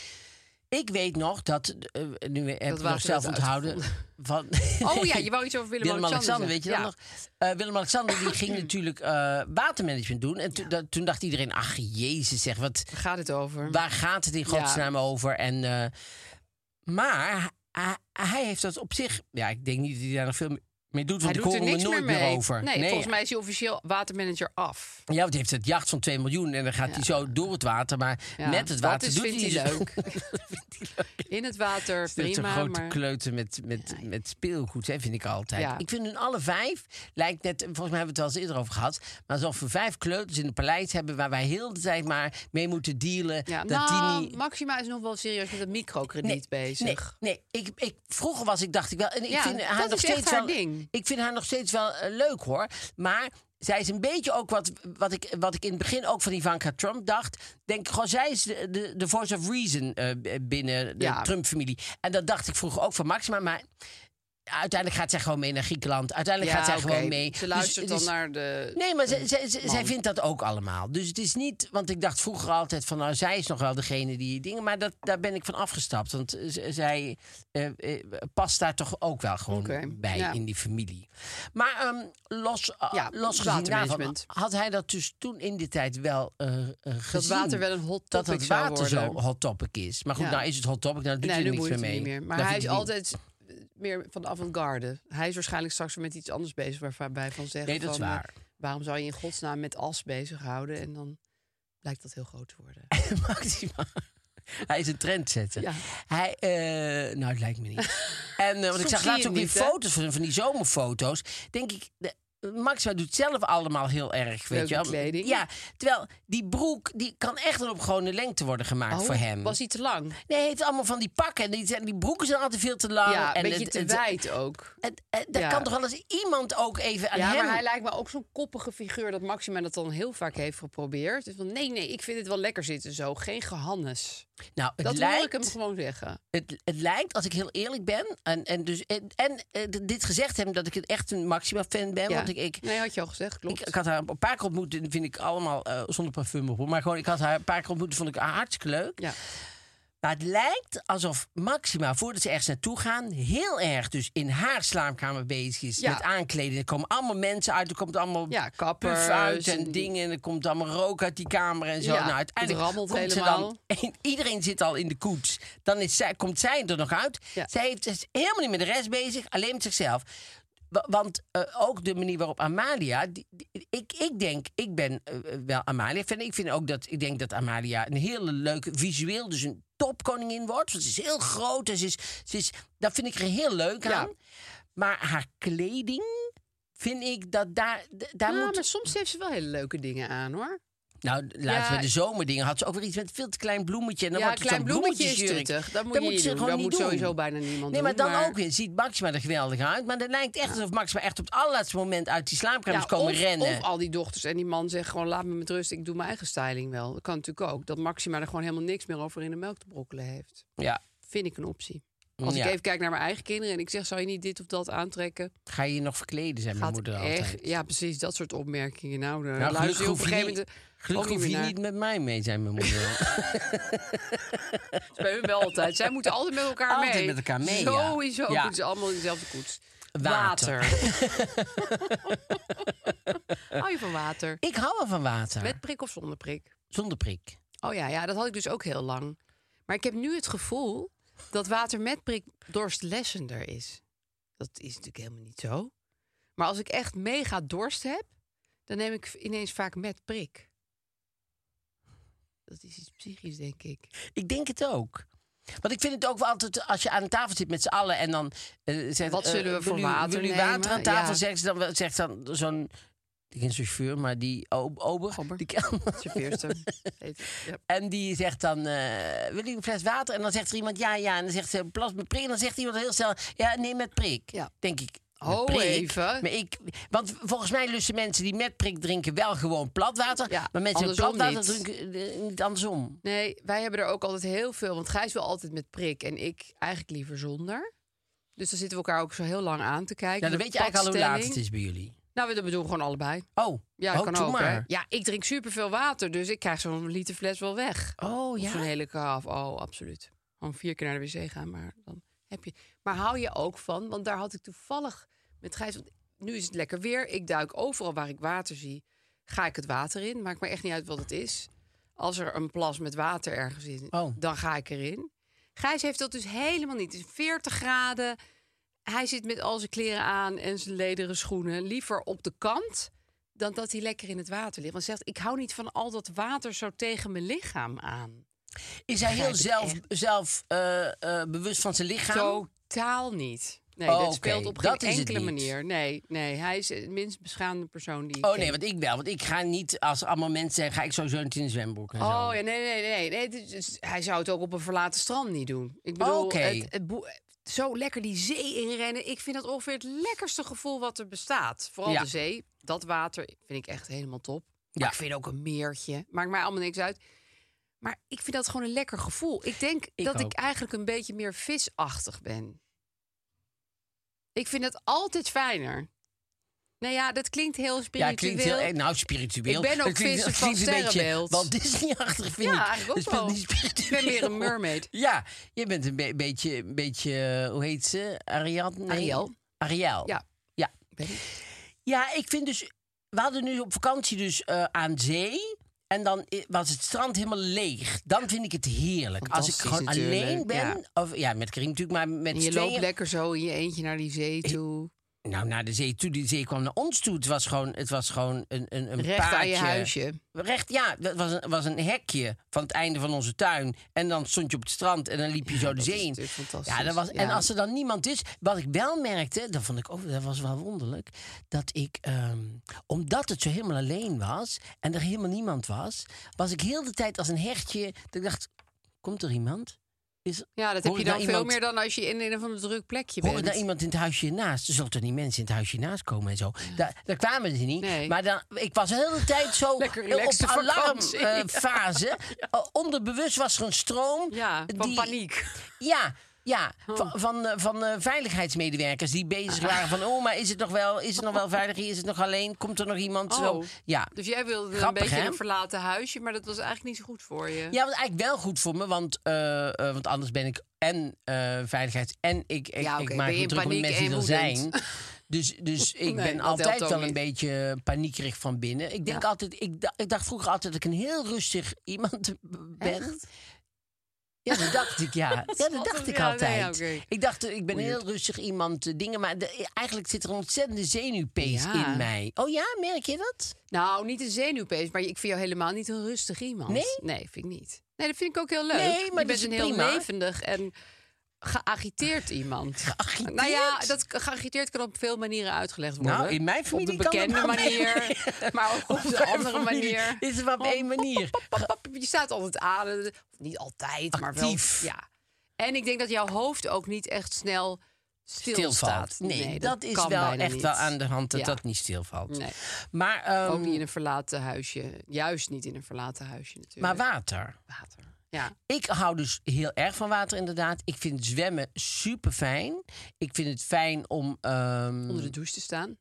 Speaker 1: Ik weet nog dat... eh, nu heb ik
Speaker 3: water
Speaker 1: nog zelf
Speaker 3: werd
Speaker 1: onthouden van...
Speaker 3: Oh ja, je wou iets over Willem-Alexander
Speaker 1: Willem-Alexander, weet je
Speaker 3: zeggen.
Speaker 1: dat nog? Eh, Willem-Alexander die ging natuurlijk eh, watermanagement doen. En toen- dat- toen dacht iedereen, ach jezus zeg, wat,
Speaker 3: Waar gaat het over?
Speaker 1: waar gaat het in godsnaam over? En, eh, maar hij, hij heeft dat op zich... Ja, ik denk niet dat hij daar nog veel mee doet,
Speaker 3: Hij
Speaker 1: want ik
Speaker 3: doet
Speaker 1: hoor hem
Speaker 3: er
Speaker 1: er
Speaker 3: niks meer
Speaker 1: nooit meer
Speaker 3: mee.
Speaker 1: over.
Speaker 3: Nee, volgens mij is hij officieel watermanager af.
Speaker 1: Ja, want hij heeft het jacht van 2 miljoen en dan gaat hij zo door het water. Maar
Speaker 3: Ja,
Speaker 1: met het
Speaker 3: dat
Speaker 1: water
Speaker 3: is-
Speaker 1: doet
Speaker 3: vindt
Speaker 1: hij dus
Speaker 3: hij
Speaker 1: zo-
Speaker 3: leuk.
Speaker 1: Dat vindt hij leuk.
Speaker 3: In het water,
Speaker 1: Het is een
Speaker 3: prima.
Speaker 1: grote
Speaker 3: maar...
Speaker 1: kleuter met, met, met speelgoed, hè, vind ik altijd.
Speaker 3: Ja.
Speaker 1: Ik vind hun alle vijf, lijkt net, volgens mij hebben we het wel eens eerder over gehad, maar alsof we vijf kleuters in het paleis hebben waar wij heel de tijd maar mee moeten dealen.
Speaker 3: Ja,
Speaker 1: dat
Speaker 3: nou,
Speaker 1: die niet...
Speaker 3: Maxima is nog wel serieus met het microkrediet bezig.
Speaker 1: Nee, nee ik, ik, vroeger was ik, dacht ik wel. En ik
Speaker 3: Ja,
Speaker 1: vind
Speaker 3: dat
Speaker 1: haar
Speaker 3: is
Speaker 1: nog
Speaker 3: echt
Speaker 1: steeds
Speaker 3: haar
Speaker 1: wel,
Speaker 3: ding.
Speaker 1: Ik vind haar nog steeds wel eh, leuk hoor. Maar zij is een beetje ook wat, wat, ik, wat ik in het begin ook van Ivanka Trump dacht. Denk ik gewoon, zij is de, de, de voice of reason eh, b- binnen de
Speaker 3: Ja.
Speaker 1: Trump-familie. En dat dacht ik vroeger ook van Maxima. Maar uiteindelijk gaat zij gewoon mee naar Griekenland. Uiteindelijk gaat zij
Speaker 3: oké.
Speaker 1: gewoon mee.
Speaker 3: Ze
Speaker 1: Dus
Speaker 3: luistert
Speaker 1: het
Speaker 3: dan
Speaker 1: is-
Speaker 3: naar de...
Speaker 1: Nee, maar zij, zij, zij- zij
Speaker 3: man.
Speaker 1: vindt dat ook allemaal. Dus het is niet, want ik dacht vroeger altijd van, nou, zij is nog wel degene die dingen, maar dat, daar ben ik van afgestapt, want eh, z- zij eh, eh, past daar toch ook wel gewoon
Speaker 3: Oké,
Speaker 1: bij
Speaker 3: ja.
Speaker 1: in die familie. Maar ehm, los, eh,
Speaker 3: Ja,
Speaker 1: los gezien daarvan,
Speaker 3: watermanagement.
Speaker 1: had hij dat dus toen in die tijd wel eh, eh, gezien.
Speaker 3: Dat water wel een hot
Speaker 1: dat
Speaker 3: topic
Speaker 1: het
Speaker 3: zou
Speaker 1: water zo
Speaker 3: worden.
Speaker 1: hot topic is. Maar goed,
Speaker 3: Ja.
Speaker 1: nou is het hot topic, nou doet
Speaker 3: nee,
Speaker 1: hij er
Speaker 3: nu
Speaker 1: niks
Speaker 3: boeit
Speaker 1: meer
Speaker 3: het
Speaker 1: mee.
Speaker 3: niet meer. Maar
Speaker 1: Dan
Speaker 3: hij
Speaker 1: vindt
Speaker 3: is
Speaker 1: hij-
Speaker 3: altijd eh, meer van de avant-garde. Hij is waarschijnlijk straks weer met iets anders bezig... waarbij van zeggen
Speaker 1: Nee, dat is
Speaker 3: van, eh,
Speaker 1: waar.
Speaker 3: waarom zou je in godsnaam met as bezighouden? En dan blijkt dat heel groot te worden.
Speaker 1: Maxima. Hij is een trendsetter.
Speaker 3: Ja.
Speaker 1: Hij, eh, nou, het lijkt me niet. en, eh, want ik
Speaker 3: Soms
Speaker 1: zag
Speaker 3: zie
Speaker 1: laatst
Speaker 3: je
Speaker 1: ook
Speaker 3: het
Speaker 1: weer
Speaker 3: niet, hè?
Speaker 1: foto's van, van die zomerfoto's. Denk ik, de, Maxima doet zelf allemaal heel erg, weet
Speaker 3: Leuke
Speaker 1: je wel.
Speaker 3: kleding.
Speaker 1: Ja, terwijl die broek, die kan echt een opgewone lengte worden gemaakt voor hem.
Speaker 3: Oh, Was hij te lang?
Speaker 1: Nee, hij heeft allemaal van die pakken. En die, en die broeken zijn altijd veel te lang.
Speaker 3: ja, een
Speaker 1: Oh, en
Speaker 3: beetje
Speaker 1: het-
Speaker 3: te
Speaker 1: het-
Speaker 3: wijd ook.
Speaker 1: het- het- Daar
Speaker 3: Ja.
Speaker 1: kan toch wel eens iemand ook even aan
Speaker 3: ja,
Speaker 1: hem...
Speaker 3: maar hij lijkt me ook zo'n koppige figuur dat Maxima dat dan heel vaak heeft geprobeerd. Dus van nee, nee, ik vind het wel lekker zitten zo. Geen gehannes.
Speaker 1: nou, het
Speaker 3: Dat
Speaker 1: lijkt...
Speaker 3: wil ik hem gewoon zeggen.
Speaker 1: het, het lijkt, als ik heel eerlijk ben, en, en, dus, en, en, eh, d- dit gezegd hebben dat ik het echt een Maxima-fan ben.
Speaker 3: Ja.
Speaker 1: Want ik, ik,
Speaker 3: nee, had je al gezegd, klopt.
Speaker 1: ik, ik had haar een paar keer ontmoet, en vind ik allemaal eh, zonder parfum op. hoor. Maar gewoon, ik had haar een paar keer ontmoet, vond ik haar hartstikke leuk.
Speaker 3: ja.
Speaker 1: Maar het lijkt alsof Maxima, voordat ze ergens naartoe gaan, heel erg dus in haar slaapkamer bezig is
Speaker 3: Ja.
Speaker 1: met aankleden. Er komen allemaal mensen uit, er komt allemaal
Speaker 3: Ja, kappers
Speaker 1: puff uit en,
Speaker 3: en-
Speaker 1: dingen. En er komt allemaal rook uit die kamer en zo.
Speaker 3: Ja,
Speaker 1: nou, uiteindelijk
Speaker 3: het rammelt
Speaker 1: komt ze
Speaker 3: helemaal.
Speaker 1: dan- iedereen zit al in de koets. Dan is zij, komt zij er nog uit.
Speaker 3: Ja.
Speaker 1: Zij heeft, is helemaal niet met de rest bezig, alleen met zichzelf. Wa- Want eh, ook de manier waarop Amalia. die- die- ik, ik denk, ik ben eh, eh, wel Amalia fan. Ik vind ook dat ik denk dat Amalia een hele leuke visueel, dus een topkoningin wordt. Want ze is heel groot en ze is. Ze is dat vind ik er heel leuk
Speaker 3: Ja.
Speaker 1: aan. Maar haar kleding vind ik dat daar. d- daar
Speaker 3: Ja,
Speaker 1: moet,
Speaker 3: Ah, maar soms heeft ze wel hele leuke dingen aan, hoor.
Speaker 1: Nou, laatst
Speaker 3: Ja.
Speaker 1: bij de zomerdingen had ze ook weer iets met veel te klein bloemetje. En dan
Speaker 3: ja,
Speaker 1: wordt het
Speaker 3: klein
Speaker 1: zo'n
Speaker 3: bloemetje is
Speaker 1: bloemetjesjurk.
Speaker 3: tuttig. Dat moet,
Speaker 1: Dat
Speaker 3: je
Speaker 1: moet
Speaker 3: niet
Speaker 1: ze
Speaker 3: doen.
Speaker 1: gewoon
Speaker 3: dat
Speaker 1: niet
Speaker 3: moet
Speaker 1: doen.
Speaker 3: sowieso bijna niemand
Speaker 1: Nee,
Speaker 3: doen.
Speaker 1: maar dan ook weer ziet Maxima er geweldig uit. Maar dat lijkt echt alsof Maxima echt op het allerlaatste moment uit die slaapkamers
Speaker 3: Ja,
Speaker 1: komen
Speaker 3: of,
Speaker 1: rennen.
Speaker 3: Of al die dochters en die man zegt gewoon laat me met rust, ik doe mijn eigen styling wel. Dat kan natuurlijk ook. Dat Maxima er gewoon helemaal niks meer over in de melk te brokkelen heeft.
Speaker 1: Ja,
Speaker 3: Vind ik een optie. Als
Speaker 1: Mm. Ja.
Speaker 3: ik even kijk naar mijn eigen kinderen en ik zeg zou je niet dit of dat aantrekken?
Speaker 1: ga je je nog verkleden, zei mijn
Speaker 3: Gaat
Speaker 1: moeder
Speaker 3: echt,
Speaker 1: altijd.
Speaker 3: ja precies, dat soort opmerkingen. Nou, daar
Speaker 1: Nou,
Speaker 3: luister
Speaker 1: gelukkig
Speaker 3: je op een
Speaker 1: hoef je,
Speaker 3: gegeven
Speaker 1: niet,
Speaker 3: moment ook
Speaker 1: gelukkig
Speaker 3: niet
Speaker 1: hoef je
Speaker 3: meer
Speaker 1: niet met mij mee, zei mijn moeder.
Speaker 3: naar. Bij hun wel altijd. Zij moeten altijd met elkaar
Speaker 1: Altijd
Speaker 3: mee.
Speaker 1: met elkaar mee, ja.
Speaker 3: Sowieso
Speaker 1: Ja.
Speaker 3: moeten ze allemaal in dezelfde koets.
Speaker 1: Water.
Speaker 3: Hou je van water?
Speaker 1: ik hou wel van water.
Speaker 3: Met prik of zonder prik?
Speaker 1: Zonder prik.
Speaker 3: Oh ja, ja, dat had ik dus ook heel lang. Maar ik heb nu het gevoel dat water met prik dorstlessender is. Dat is natuurlijk helemaal niet zo. Maar als ik echt mega dorst heb, dan neem ik ineens vaak met prik. Dat is iets psychisch, denk ik.
Speaker 1: Ik denk het ook. Want ik vind het ook wel altijd, als je aan de tafel zit met z'n allen en dan eh zegt...
Speaker 3: Wat
Speaker 1: eh,
Speaker 3: zullen we
Speaker 1: wil
Speaker 3: voor
Speaker 1: u-
Speaker 3: water
Speaker 1: Wil u
Speaker 3: nemen?
Speaker 1: water aan tafel,
Speaker 3: Ja.
Speaker 1: zegt, ze dan, wel- zegt dan zo'n... Geen chauffeur, maar die o- ober.
Speaker 3: Ober.
Speaker 1: Die kelner.
Speaker 3: Serveerster. Heet het, ja.
Speaker 1: En die zegt dan, eh, wil u een fles water? En dan zegt er iemand, ja, ja. En dan zegt ze, plas met prik. En dan zegt iemand heel snel, ja, nee, met prik.
Speaker 3: Ja.
Speaker 1: Denk ik. met
Speaker 3: Ho,
Speaker 1: prik?
Speaker 3: even.
Speaker 1: Maar ik, want volgens mij lussen mensen die met prik drinken wel gewoon plat water.
Speaker 3: Ja,
Speaker 1: maar mensen die plat
Speaker 3: andersom
Speaker 1: water
Speaker 3: niet.
Speaker 1: drinken eh, niet andersom.
Speaker 3: Nee, wij hebben er ook altijd heel veel. Want Gijs wil altijd met prik en ik eigenlijk liever zonder. Dus dan zitten we elkaar ook zo heel lang aan te kijken.
Speaker 1: Ja, dan
Speaker 3: Met
Speaker 1: weet je eigenlijk al hoe laat het
Speaker 3: padstelling.
Speaker 1: is bij jullie.
Speaker 3: Nou, we dat doen we gewoon allebei.
Speaker 1: Oh,
Speaker 3: Ja,
Speaker 1: oh,
Speaker 3: kan
Speaker 1: doe
Speaker 3: ook. hè.
Speaker 1: maar.
Speaker 3: Ja, ik drink superveel water, dus ik krijg zo'n liter fles wel weg.
Speaker 1: Oh,
Speaker 3: Of
Speaker 1: ja.
Speaker 3: Zo'n hele kaaf. Oh, absoluut. Gewoon vier keer naar de wc gaan, maar dan heb je. Maar hou je ook van? Want daar had ik toevallig met Gijs. Want nu is het lekker weer. Ik duik overal waar ik water zie, ga ik het water in. Maakt me echt niet uit wat het is. Als er een plas met water ergens in,
Speaker 1: Oh.
Speaker 3: dan ga ik erin. Gijs heeft dat dus helemaal niet. Het is 40 graden. hij zit met al zijn kleren aan en zijn lederen schoenen liever op de kant dan dat hij lekker in het water ligt. Want hij zegt, ik hou niet van al dat water zo tegen mijn lichaam aan.
Speaker 1: Is hij heel
Speaker 3: Begrijp ik
Speaker 1: zelf, zelf eh, eh, bewust van zijn lichaam?
Speaker 3: Totaal niet. Nee,
Speaker 1: Oh,
Speaker 3: dat
Speaker 1: oké,
Speaker 3: speelt op
Speaker 1: dat
Speaker 3: geen
Speaker 1: is het
Speaker 3: enkele
Speaker 1: niet.
Speaker 3: manier. Nee, nee, hij is de minst beschaamde persoon die ik
Speaker 1: Oh
Speaker 3: ken.
Speaker 1: nee, want ik wel. Want ik ga niet, als er allemaal mensen zijn, ga ik sowieso niet in de zwembroek. En zo.
Speaker 3: Oh ja, nee, nee, nee. nee het is- het- hij zou het ook op een verlaten strand niet doen. Ik bedoel,
Speaker 1: Oké.
Speaker 3: het, het boe- zo lekker die zee inrennen. Ik vind dat ongeveer het lekkerste gevoel wat er bestaat. Vooral
Speaker 1: Ja.
Speaker 3: de zee, dat water vind ik echt helemaal top. Maar
Speaker 1: Ja.
Speaker 3: ik vind ook een meertje. Maakt mij allemaal niks uit. Maar ik vind dat gewoon een lekker gevoel. Ik denk
Speaker 1: Ik
Speaker 3: dat
Speaker 1: ook.
Speaker 3: ik eigenlijk een beetje meer visachtig ben. Ik vind het altijd fijner. Nou ja, dat klinkt heel spiritueel.
Speaker 1: Ja, het klinkt heel erg. Nou, spiritueel.
Speaker 3: Ik ben ook
Speaker 1: Het klinkt-
Speaker 3: vissen
Speaker 1: het
Speaker 3: van
Speaker 1: klinkt een beetje
Speaker 3: sterrenbeeld.
Speaker 1: Walt Disney-achtig, vind ik.
Speaker 3: Ja, eigenlijk ook
Speaker 1: Het is
Speaker 3: wel.
Speaker 1: niet
Speaker 3: Ik ben meer een
Speaker 1: spiritueel.
Speaker 3: mermaid.
Speaker 1: Ja, je bent een be- beetje, een beetje, eh, hoe heet ze? Ariadne? Nee.
Speaker 3: Ariel.
Speaker 1: Ariel.
Speaker 3: Ja.
Speaker 1: ja.
Speaker 3: Ben ik.
Speaker 1: Ja, ik vind dus... We hadden nu op vakantie dus eh, aan zee. En dan i- was het strand helemaal leeg. Dan vind ik het heerlijk. Als ik
Speaker 3: Fantastisch
Speaker 1: gewoon
Speaker 3: natuurlijk,
Speaker 1: alleen ben.
Speaker 3: ja.
Speaker 1: Of, ja, met Karim natuurlijk, maar met
Speaker 3: En je
Speaker 1: z'n
Speaker 3: loopt
Speaker 1: tweeën.
Speaker 3: lekker zo in je eentje naar die zee toe.
Speaker 1: Nou, naar de zee toe. Die zee kwam naar ons toe. Het was gewoon, het was gewoon een, een, een
Speaker 3: Recht
Speaker 1: paadje.
Speaker 3: aan je huisje.
Speaker 1: Recht, ja. Dat was een, was een hekje van het einde van onze tuin. En dan stond je op het strand en dan liep je zo de
Speaker 3: dat
Speaker 1: zee
Speaker 3: is
Speaker 1: in.
Speaker 3: natuurlijk fantastisch,
Speaker 1: Ja, dat was, En
Speaker 3: ja.
Speaker 1: als er dan niemand is... Wat ik wel merkte, dat vond ik ook... Dat was wel wonderlijk. Dat ik... ehm, omdat het zo helemaal alleen was... En er helemaal niemand was... Was ik heel de tijd als een hertje... Dat ik dacht, komt er iemand? Is,
Speaker 3: Ja,
Speaker 1: hoor
Speaker 3: dat heb je
Speaker 1: ik
Speaker 3: dan
Speaker 1: nou
Speaker 3: veel
Speaker 1: iemand-
Speaker 3: meer dan als je in een of ander druk plekje
Speaker 1: Hoor ik
Speaker 3: bent.
Speaker 1: nou iemand in het huisje naast? Er zullen toch niet mensen in het huisje naast komen en zo? Daar, daar kwamen ze niet.
Speaker 3: Nee.
Speaker 1: Maar dan, ik was de hele tijd zo eh,
Speaker 3: Lekker
Speaker 1: op
Speaker 3: relaxte vakantie.
Speaker 1: alarmfase. Eh, Onderbewust was er een stroom.
Speaker 3: Ja, van
Speaker 1: die-
Speaker 3: paniek. Oh.
Speaker 1: Ja, ja van, van, eh, van eh, veiligheidsmedewerkers die bezig waren van... oh, maar is het nog wel, is het nog wel veilig hier? Is het nog alleen? Komt er nog iemand? Zo,
Speaker 3: Oh.
Speaker 1: ja.
Speaker 3: Dus jij wilde
Speaker 1: Grappig,
Speaker 3: een beetje
Speaker 1: hè?
Speaker 3: een verlaten huisje, maar dat was eigenlijk niet zo goed voor je.
Speaker 1: Ja, was eigenlijk wel goed voor me, want, eh, eh, want anders ben ik en eh, veiligheids en ik, ik,
Speaker 3: Ja, oké,
Speaker 1: ik maak
Speaker 3: ben je
Speaker 1: me
Speaker 3: in
Speaker 1: druk om de
Speaker 3: paniek
Speaker 1: mensen die
Speaker 3: en
Speaker 1: er zijn.
Speaker 3: woedend.
Speaker 1: Dus, dus ik
Speaker 3: Nee,
Speaker 1: ben
Speaker 3: dat helpt
Speaker 1: altijd
Speaker 3: ook
Speaker 1: wel een
Speaker 3: niet.
Speaker 1: beetje paniekerig van binnen. Ik denk
Speaker 3: Ja.
Speaker 1: altijd, ik, da- ik dacht vroeger altijd dat ik een heel rustig iemand ben. Ja, dat dacht ik, ja. ja, dat dacht
Speaker 3: grappig.
Speaker 1: ik
Speaker 3: Ja, nee,
Speaker 1: altijd.
Speaker 3: oké.
Speaker 1: Ik dacht, ik ben heel rustig iemand, eh, dingen. Maar de- eigenlijk zit er een ontzettende zenuwpees
Speaker 3: Ja.
Speaker 1: in mij. Oh ja, merk je dat?
Speaker 3: Nou, niet een zenuwpees, maar ik vind jou helemaal niet een rustig iemand.
Speaker 1: Nee?
Speaker 3: Nee, vind ik niet. Nee, dat vind ik ook heel leuk.
Speaker 1: Nee, maar dat
Speaker 3: je bent
Speaker 1: is
Speaker 3: een heel
Speaker 1: prima.
Speaker 3: levendig en geagiteerd iemand.
Speaker 1: Geagiteerd?
Speaker 3: Nou ja, dat geagiteerd kan op veel manieren uitgelegd worden.
Speaker 1: Nou, in mijn familie
Speaker 3: Op de
Speaker 1: kan dat
Speaker 3: bekende
Speaker 1: wel
Speaker 3: manier, maar ook op de
Speaker 1: Mijn
Speaker 3: andere
Speaker 1: familie
Speaker 3: manier.
Speaker 1: Is het maar op één manier.
Speaker 3: Pap, pap, Je staat altijd aan. eh, Niet altijd, maar wel.
Speaker 1: Actief.
Speaker 3: Ja. En ik denk dat jouw hoofd ook niet echt snel stilstaat.
Speaker 1: stilvalt. Nee, dat, is
Speaker 3: kan
Speaker 1: wel
Speaker 3: bijna
Speaker 1: echt
Speaker 3: niet.
Speaker 1: wel aan de hand dat
Speaker 3: Ja.
Speaker 1: dat niet stilvalt.
Speaker 3: Nee.
Speaker 1: Maar, ehm,
Speaker 3: Ook niet in een verlaten huisje. Juist niet in een verlaten huisje natuurlijk.
Speaker 1: maar water.
Speaker 3: water. Ja.
Speaker 1: Ik hou dus heel erg van water, inderdaad. Ik vind zwemmen super fijn. Ik vind het fijn om. ehm,
Speaker 3: onder de douche te staan.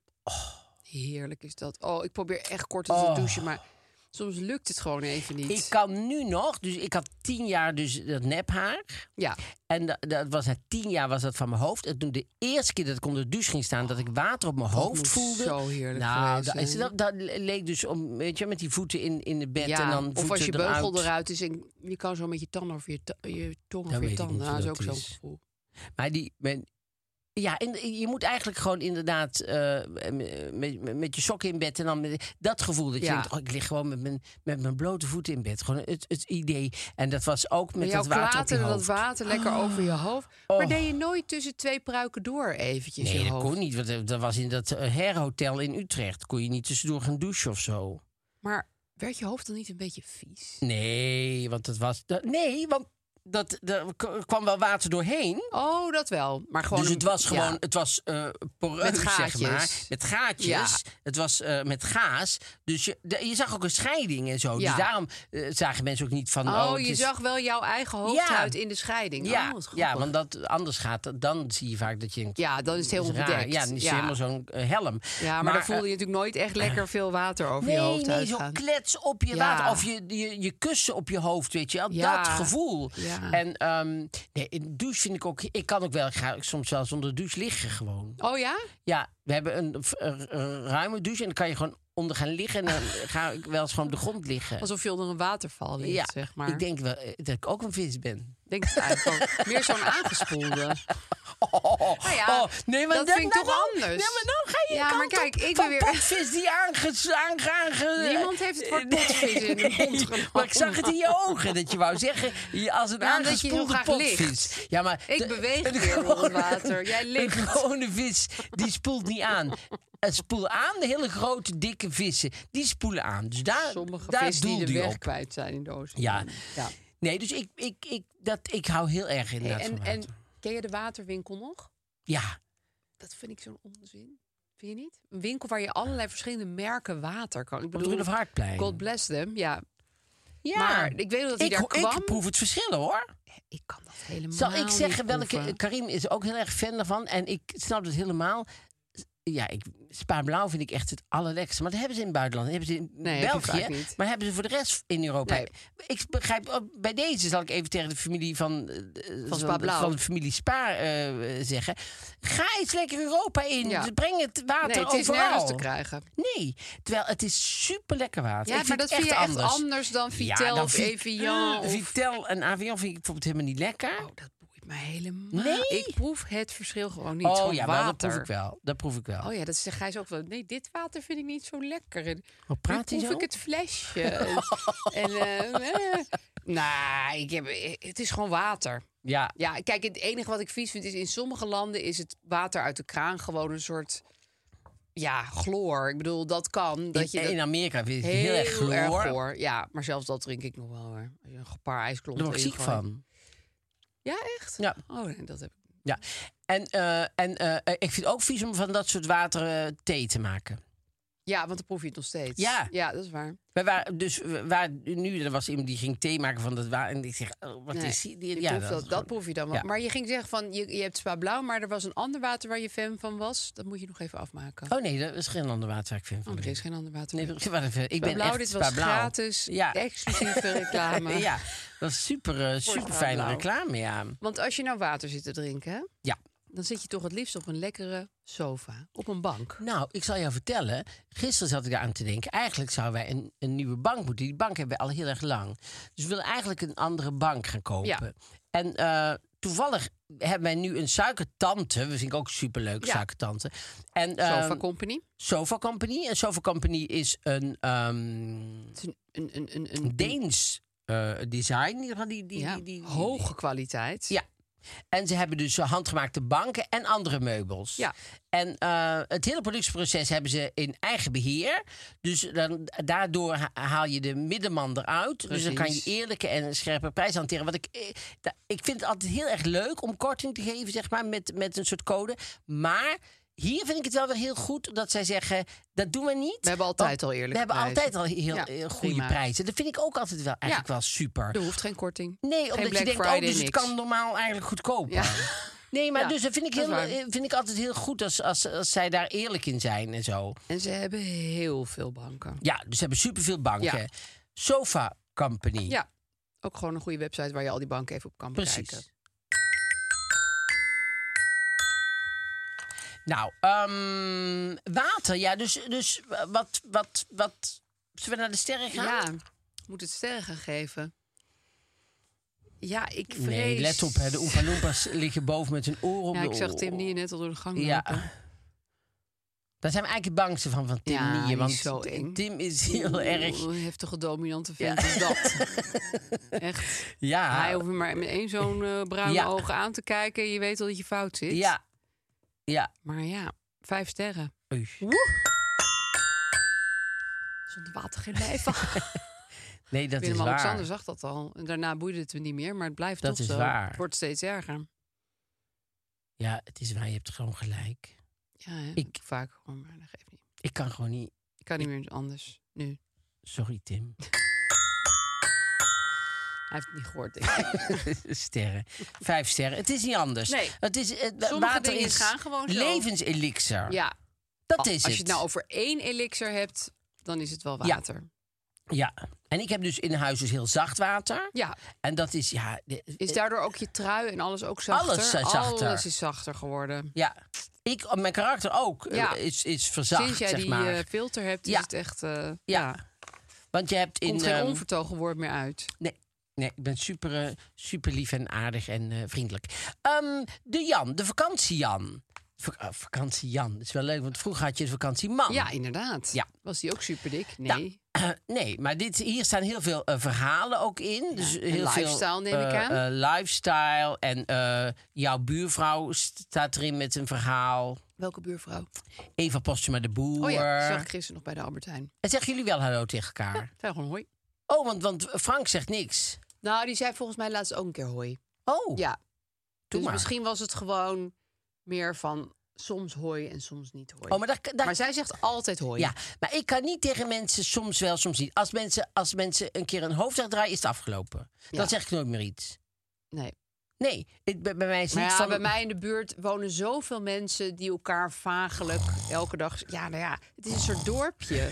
Speaker 3: Heerlijk is dat. Oh, ik probeer echt kort te
Speaker 1: Oh.
Speaker 3: douchen, maar soms lukt het gewoon even niet.
Speaker 1: ik kan nu nog, dus ik had tien jaar dus dat nephaar.
Speaker 3: Ja,
Speaker 1: En dat, dat was na tien jaar was dat van mijn hoofd. En toen de eerste keer dat ik onder de douche ging staan, dat ik water op mijn hoofd
Speaker 3: moet
Speaker 1: voelde.
Speaker 3: zo heerlijk
Speaker 1: nou,
Speaker 3: geweest
Speaker 1: dat, is-
Speaker 3: zijn.
Speaker 1: dat, dat leek dus om, weet je, met die voeten in, in het bed en
Speaker 3: ja.
Speaker 1: dan
Speaker 3: of als
Speaker 1: voeten
Speaker 3: je beugel
Speaker 1: eruit.
Speaker 3: eruit, is en je kan zo met je tanden of je, ta- je tong
Speaker 1: Dat
Speaker 3: of je
Speaker 1: weet ik
Speaker 3: tanden.
Speaker 1: niet
Speaker 3: Nou,
Speaker 1: hoe
Speaker 3: dat is
Speaker 1: dat
Speaker 3: ook zo'n
Speaker 1: is.
Speaker 3: gevoel.
Speaker 1: Maar die. Men, ja, en je moet eigenlijk gewoon inderdaad eh, met, met- met je sokken in bed. En dan met, dat gevoel dat je
Speaker 3: Ja.
Speaker 1: denkt, oh, ik lig gewoon met mijn, met mijn blote voeten in bed. Gewoon het, het idee. En dat was ook
Speaker 3: Met
Speaker 1: met
Speaker 3: jouw
Speaker 1: dat water op je
Speaker 3: klateren, dat
Speaker 1: hoofd. Oh.
Speaker 3: water lekker over je hoofd. Maar deed je nooit tussen twee pruiken door eventjes
Speaker 1: Nee,
Speaker 3: je
Speaker 1: dat
Speaker 3: hoofd?
Speaker 1: kon niet. Want eh, dat was in dat eh, herhotel in Utrecht. Kon je niet tussendoor gaan douchen of zo.
Speaker 3: Maar werd je hoofd dan niet een beetje vies?
Speaker 1: Nee, want dat was... dat- nee, want dat, er k- er kwam wel water doorheen.
Speaker 3: Oh, dat wel. Maar gewoon
Speaker 1: dus
Speaker 3: een-
Speaker 1: het was
Speaker 3: ja.
Speaker 1: gewoon, het was eh poreus,
Speaker 3: Met
Speaker 1: zeg maar.
Speaker 3: gaatjes.
Speaker 1: Met gaatjes.
Speaker 3: Ja.
Speaker 1: Het was eh, met gaas. Dus je, de- je zag ook een scheiding en zo.
Speaker 3: Ja.
Speaker 1: Dus daarom eh, zagen mensen ook niet van... Oh,
Speaker 3: Oh,
Speaker 1: het
Speaker 3: je
Speaker 1: is-
Speaker 3: zag wel jouw eigen hoofdhuid in de scheiding.
Speaker 1: Ja,
Speaker 3: Oh, wat grappig.
Speaker 1: ja, want dat, anders gaat het. Dan zie je vaak dat je... denkt,
Speaker 3: Ja, dan is het heel
Speaker 1: dat is raar.
Speaker 3: onbedekt.
Speaker 1: Ja, dan is
Speaker 3: Ja.
Speaker 1: helemaal zo'n eh, helm.
Speaker 3: Ja, maar, dan voelde je natuurlijk nooit echt lekker veel water over
Speaker 1: Nee,
Speaker 3: je hoofd
Speaker 1: nee, zo
Speaker 3: uitgaan.
Speaker 1: klets op je
Speaker 3: Ja.
Speaker 1: water. Of je, je, je kussen op je hoofd, weet je wel.
Speaker 3: Ja.
Speaker 1: Dat gevoel.
Speaker 3: Ja.
Speaker 1: En ehm nee, in de douche vind ik ook... Ik kan ook wel ga, soms wel onder de douche liggen gewoon.
Speaker 3: Oh ja?
Speaker 1: Ja, we hebben een v- r- r- ruime douche en dan kan je gewoon onder gaan liggen. En dan ga ik wel eens gewoon op de grond liggen.
Speaker 3: Alsof je onder een waterval ligt,
Speaker 1: ja,
Speaker 3: zeg maar.
Speaker 1: ik denk wel eh, dat ik ook een vis ben.
Speaker 3: Denk het eigenlijk ook. Meer zo'n aangespoelde. Nou ja,
Speaker 1: Oh. nee, maar
Speaker 3: dat
Speaker 1: dan-
Speaker 3: vind ik toch
Speaker 1: dan-
Speaker 3: anders.
Speaker 1: Nee, maar dan ga je
Speaker 3: Ja,
Speaker 1: kant
Speaker 3: maar kijk,
Speaker 1: op
Speaker 3: ik
Speaker 1: van
Speaker 3: ben weer-
Speaker 1: potvis die aange... aange, aange-
Speaker 3: Niemand heeft het woord potvis in de mond genomen.
Speaker 1: Maar ik zag het in je ogen dat je wou zeggen, je- als een
Speaker 3: Ja, omdat je heel
Speaker 1: aangespoelde
Speaker 3: graag
Speaker 1: potvis.
Speaker 3: ligt.
Speaker 1: Ja, maar
Speaker 3: Ik
Speaker 1: de-
Speaker 3: beweeg
Speaker 1: een
Speaker 3: weer
Speaker 1: gewone-
Speaker 3: door het water. Jij ligt.
Speaker 1: Een gewone vis, die spoelt niet aan. Het spoelt aan, de hele grote, dikke vissen, die spoelen aan. Dus daar,
Speaker 3: Sommige
Speaker 1: daar
Speaker 3: vissen die
Speaker 1: doelde
Speaker 3: de
Speaker 1: je
Speaker 3: weg
Speaker 1: op.
Speaker 3: kwijt zijn in de oceaan.
Speaker 1: Ja.
Speaker 3: ja.
Speaker 1: Nee, dus ik, ik, ik, dat, ik hou heel erg
Speaker 3: Hey,
Speaker 1: inderdaad
Speaker 3: en,
Speaker 1: van
Speaker 3: en
Speaker 1: water.
Speaker 3: ken je de waterwinkel nog?
Speaker 1: Ja,
Speaker 3: Dat vind ik zo'n onzin. Vind je niet? Een winkel waar je allerlei verschillende merken water kan. Ik
Speaker 1: op het Rudolf Hartplein.
Speaker 3: God bless them, ja.
Speaker 1: Ja.
Speaker 3: Maar ik weet nog dat hij
Speaker 1: ik,
Speaker 3: daar kwam.
Speaker 1: Ik proef het verschil, hoor.
Speaker 3: Ik kan dat helemaal
Speaker 1: Zal ik
Speaker 3: niet
Speaker 1: zeggen welke...
Speaker 3: proeven.
Speaker 1: Karim is ook heel erg fan daarvan. En ik snap het helemaal. Ja, ik, Spa Blauw vind ik echt het allerlekkerste. Maar dat hebben ze in het buitenland. Dat hebben ze in
Speaker 3: Nee, heb je
Speaker 1: België.
Speaker 3: vaak niet.
Speaker 1: Maar hebben ze voor de rest in Europa.
Speaker 3: Nee.
Speaker 1: Ik begrijp... oh, Bij deze zal ik even tegen de familie van... eh,
Speaker 3: Van Spa Blauw.
Speaker 1: Van de familie Spa eh, zeggen. Ga eens lekker Europa in.
Speaker 3: Ja.
Speaker 1: Breng het water
Speaker 3: Nee, het is
Speaker 1: overal.
Speaker 3: nergens te krijgen.
Speaker 1: Nee, terwijl het is super lekker water.
Speaker 3: Ja,
Speaker 1: ik
Speaker 3: maar
Speaker 1: vind
Speaker 3: dat
Speaker 1: het
Speaker 3: vind je
Speaker 1: echt
Speaker 3: echt
Speaker 1: anders.
Speaker 3: anders dan Vitel
Speaker 1: dan
Speaker 3: of
Speaker 1: Vi-
Speaker 3: Evian
Speaker 1: Mm,
Speaker 3: of-
Speaker 1: Vitel en Avian vind ik bijvoorbeeld helemaal niet lekker.
Speaker 3: Oh, dat boeit me helemaal.
Speaker 1: Nee?
Speaker 3: Ik proef het verschil gewoon niet
Speaker 1: oh
Speaker 3: van
Speaker 1: ja, wel, dat
Speaker 3: water.
Speaker 1: proef ik wel. Dat proef ik wel.
Speaker 3: Oh ja, dat zegt Gijs ook wel. Nee, dit water vind ik niet zo lekker. En
Speaker 1: Wat Oh, praat
Speaker 3: nu
Speaker 1: hij
Speaker 3: proef
Speaker 1: zo?
Speaker 3: ik het flesje. en en, eh, eh. nou, ik heb, het is gewoon water.
Speaker 1: Ja.
Speaker 3: Ja, kijk, het enige wat ik vies vind is in sommige landen is het water uit de kraan gewoon een soort ja, chloor. Ik bedoel, dat kan. Dat
Speaker 1: in,
Speaker 3: je dat
Speaker 1: in Amerika vind ik het heel, erg chloor.
Speaker 3: chloor. Ja, maar zelfs dat drink ik nog wel hoor. Als je een paar
Speaker 1: Daar
Speaker 3: ijsklompen
Speaker 1: word ik ziek
Speaker 3: ingooit.
Speaker 1: van.
Speaker 3: Ja, echt?
Speaker 1: Ja.
Speaker 3: Oh, nee, dat heb ik.
Speaker 1: Ja. En, eh, en eh, eh, ik vind het ook vies om van dat soort water eh, thee te maken.
Speaker 3: Ja, want dan proef je het nog steeds.
Speaker 1: Ja.
Speaker 3: Ja, dat is waar.
Speaker 1: We waren, dus we- waar, nu, er was iemand die ging thee maken van dat water. En ik zeg, oh, wat
Speaker 3: Nee,
Speaker 1: is die? die-
Speaker 3: je
Speaker 1: ja,
Speaker 3: proeft dat,
Speaker 1: is
Speaker 3: dat
Speaker 1: gewoon-
Speaker 3: proef je dan wel.
Speaker 1: Ja.
Speaker 3: Maar je ging zeggen van, je, je hebt Spa Blauw, maar er was een ander water waar je fan van was. Dat moet je nog even afmaken.
Speaker 1: Oh nee, dat is geen ander water ik vind.
Speaker 3: Oh,
Speaker 1: van
Speaker 3: er is geen ander water.
Speaker 1: Nee, wacht even. Ik
Speaker 3: Spa
Speaker 1: ben
Speaker 3: Blauw,
Speaker 1: echt
Speaker 3: dit
Speaker 1: Spa
Speaker 3: was
Speaker 1: Blauw.
Speaker 3: gratis,
Speaker 1: Ja.
Speaker 3: exclusieve reclame.
Speaker 1: ja, dat is super, super fijne
Speaker 3: Blauw.
Speaker 1: reclame, ja.
Speaker 3: Want als je nou water zit te drinken, hè,
Speaker 1: Ja.
Speaker 3: dan zit je toch het liefst op een lekkere sofa, op een bank.
Speaker 1: Nou, ik zal jou vertellen. Gisteren zat ik aan te denken. Eigenlijk zouden wij een, een nieuwe bank moeten. Die bank hebben we al heel erg lang. Dus we willen eigenlijk een andere bank gaan kopen.
Speaker 3: Ja.
Speaker 1: En eh, toevallig hebben wij nu een suikertante. We vind ik ook superleuk,
Speaker 3: Ja.
Speaker 1: suikertante. En, ehm,
Speaker 3: Sofa Company.
Speaker 1: Sofa Company. En Sofa Company is een ehm,
Speaker 3: Het is een, een, een, een, een
Speaker 1: Deens eh, design. Die, die, die,
Speaker 3: ja,
Speaker 1: die- die-
Speaker 3: hoge kwaliteit.
Speaker 1: Ja. En ze hebben dus handgemaakte banken en andere meubels.
Speaker 3: Ja.
Speaker 1: En eh, het hele productieproces hebben ze in eigen beheer. Dus dan, daardoor ha- haal je de middenman eruit. Dus dan kan je
Speaker 3: Precies.
Speaker 1: eerlijke en scherpe prijzen hanteren. Wat ik, eh, da- ik vind het altijd heel erg leuk om korting te geven, zeg maar, met, met een soort code. Maar hier vind ik het wel weer heel goed dat zij zeggen: dat doen we niet.
Speaker 3: We hebben
Speaker 1: Want
Speaker 3: altijd al eerlijke
Speaker 1: We hebben
Speaker 3: prijzen.
Speaker 1: altijd al heel
Speaker 3: Ja,
Speaker 1: eh, goede
Speaker 3: prima.
Speaker 1: prijzen. Dat vind ik ook altijd wel eigenlijk
Speaker 3: Ja.
Speaker 1: wel super.
Speaker 3: Er hoeft geen korting.
Speaker 1: Nee,
Speaker 3: Geen
Speaker 1: omdat
Speaker 3: Black
Speaker 1: je denkt,
Speaker 3: Friday,
Speaker 1: oh, dus
Speaker 3: niks.
Speaker 1: het kan normaal eigenlijk goedkoper.
Speaker 3: Ja.
Speaker 1: Nee, maar
Speaker 3: Ja,
Speaker 1: dus dat vind ik,
Speaker 3: dat is
Speaker 1: heel,
Speaker 3: waar.
Speaker 1: eh, vind ik altijd heel goed als, als, als zij daar eerlijk in zijn en zo.
Speaker 3: En ze hebben heel veel banken.
Speaker 1: Ja, dus ze hebben superveel banken.
Speaker 3: Ja.
Speaker 1: Sofa Company.
Speaker 3: Ja, ook gewoon een goede website waar je al die banken even op kan
Speaker 1: Precies.
Speaker 3: bekijken.
Speaker 1: Nou, ehm, water. Ja, dus, dus wat, wat, wat... Zullen we naar de sterren gaan?
Speaker 3: Ja, moet het sterren gaan geven. Ja, ik vrees...
Speaker 1: Nee, let op. Hè. De Oompa Loompas liggen boven met hun oren op
Speaker 3: Ja,
Speaker 1: de
Speaker 3: ik zag
Speaker 1: oor.
Speaker 3: Tim Nier net al door de gang
Speaker 1: Ja.
Speaker 3: lopen.
Speaker 1: Daar zijn we eigenlijk het bangste van, van Tim
Speaker 3: Ja,
Speaker 1: Nier,
Speaker 3: die is
Speaker 1: Want
Speaker 3: zo eng.
Speaker 1: Tim is heel
Speaker 3: Oeh,
Speaker 1: erg...
Speaker 3: Een heftige dominante vent is dat. Echt.
Speaker 1: Ja.
Speaker 3: Hij hoeft je maar met één zo'n eh, bruine
Speaker 1: Ah. Ja.
Speaker 3: oog aan te kijken. Je weet al dat je fout zit.
Speaker 1: Ja. Ja.
Speaker 3: Maar ja, vijf sterren.
Speaker 1: Oei.
Speaker 3: Zonder water geen leven.
Speaker 1: Nee, dat is waar.
Speaker 3: Willem-Alexander zag dat al. En daarna boeide het me niet meer, maar het blijft
Speaker 1: Dat
Speaker 3: toch
Speaker 1: is
Speaker 3: zo.
Speaker 1: waar.
Speaker 3: Het wordt steeds erger.
Speaker 1: Ja, het is waar. Je hebt gewoon gelijk.
Speaker 3: Ja, hè?
Speaker 1: Ik-
Speaker 3: vaak gewoon, maar dat geeft niet.
Speaker 1: Ik kan gewoon niet.
Speaker 3: Ik kan niet meer anders nu.
Speaker 1: Sorry, Tim.
Speaker 3: Hij heeft het niet gehoord, denk ik.
Speaker 1: sterren. Vijf sterren. Het is niet anders.
Speaker 3: Nee.
Speaker 1: Het is, het,
Speaker 3: Sommige
Speaker 1: water
Speaker 3: dingen
Speaker 1: is
Speaker 3: gaan gewoon zo.
Speaker 1: levenselixer.
Speaker 3: ja,
Speaker 1: Dat is
Speaker 3: als
Speaker 1: het.
Speaker 3: je het nou over één elixir hebt, dan is het wel water.
Speaker 1: Ja. En ik heb dus in huis dus heel zacht water.
Speaker 3: Ja.
Speaker 1: En dat is, ja... de-
Speaker 3: Is daardoor ook je trui en alles ook zachter?
Speaker 1: Eh, Alles is zachter.
Speaker 3: Alles is zachter geworden.
Speaker 1: Ja. Ik, oh, mijn karakter ook eh,
Speaker 3: Ja.
Speaker 1: is, is verzacht,
Speaker 3: Sinds jij
Speaker 1: zeg
Speaker 3: die
Speaker 1: maar.
Speaker 3: eh, filter hebt, is
Speaker 1: Ja.
Speaker 3: het echt... eh,
Speaker 1: ja. Want je hebt in...
Speaker 3: Komt geen
Speaker 1: ehm,
Speaker 3: onvertogen woord meer uit.
Speaker 1: Nee. Nee, ik ben super, eh, super lief en aardig en eh, vriendelijk. Ehm, de Jan, de vakantie Jan. Vak- eh, vakantie Jan, dat is wel leuk, want vroeger had je de vakantie man.
Speaker 3: Ja, inderdaad.
Speaker 1: Ah. Ja.
Speaker 3: Was die ook super dik?
Speaker 1: Ja.
Speaker 3: Nee.
Speaker 1: Eh, nee, maar dit, hier staan heel veel eh, verhalen ook in. Dus heel veel,
Speaker 3: lifestyle neem ik
Speaker 1: eh,
Speaker 3: aan.
Speaker 1: eh, lifestyle en eh, jouw buurvrouw staat erin met een verhaal.
Speaker 3: Welke buurvrouw?
Speaker 1: Eva Postuma de Boer.
Speaker 3: Oh ja, zag ik gisteren nog bij de Albert Heijn.
Speaker 1: En zeggen jullie wel hallo tegen elkaar?
Speaker 3: Zei gewoon hoi.
Speaker 1: Oh, want, want Frank zegt niks.
Speaker 3: Nou, die zei volgens mij laatst ook een keer hoi.
Speaker 1: Oh,
Speaker 3: Ja. dus
Speaker 1: maar.
Speaker 3: misschien was het gewoon meer van soms hoi en soms niet hoi.
Speaker 1: oh maar, daar, daar,
Speaker 3: Maar zij zegt altijd hoi.
Speaker 1: ja. maar ik kan niet tegen mensen soms wel, soms niet. Als mensen, als mensen een keer een hoofddag draaien, is het afgelopen. Dan
Speaker 3: Ja.
Speaker 1: zeg ik nooit meer iets.
Speaker 3: Nee.
Speaker 1: Nee, het, bij, bij mij is
Speaker 3: Maar
Speaker 1: niet
Speaker 3: ja,
Speaker 1: van...
Speaker 3: bij mij in de buurt wonen zoveel mensen die elkaar vagelijk elke dag. Ja, nou ja, het is een soort dorpje.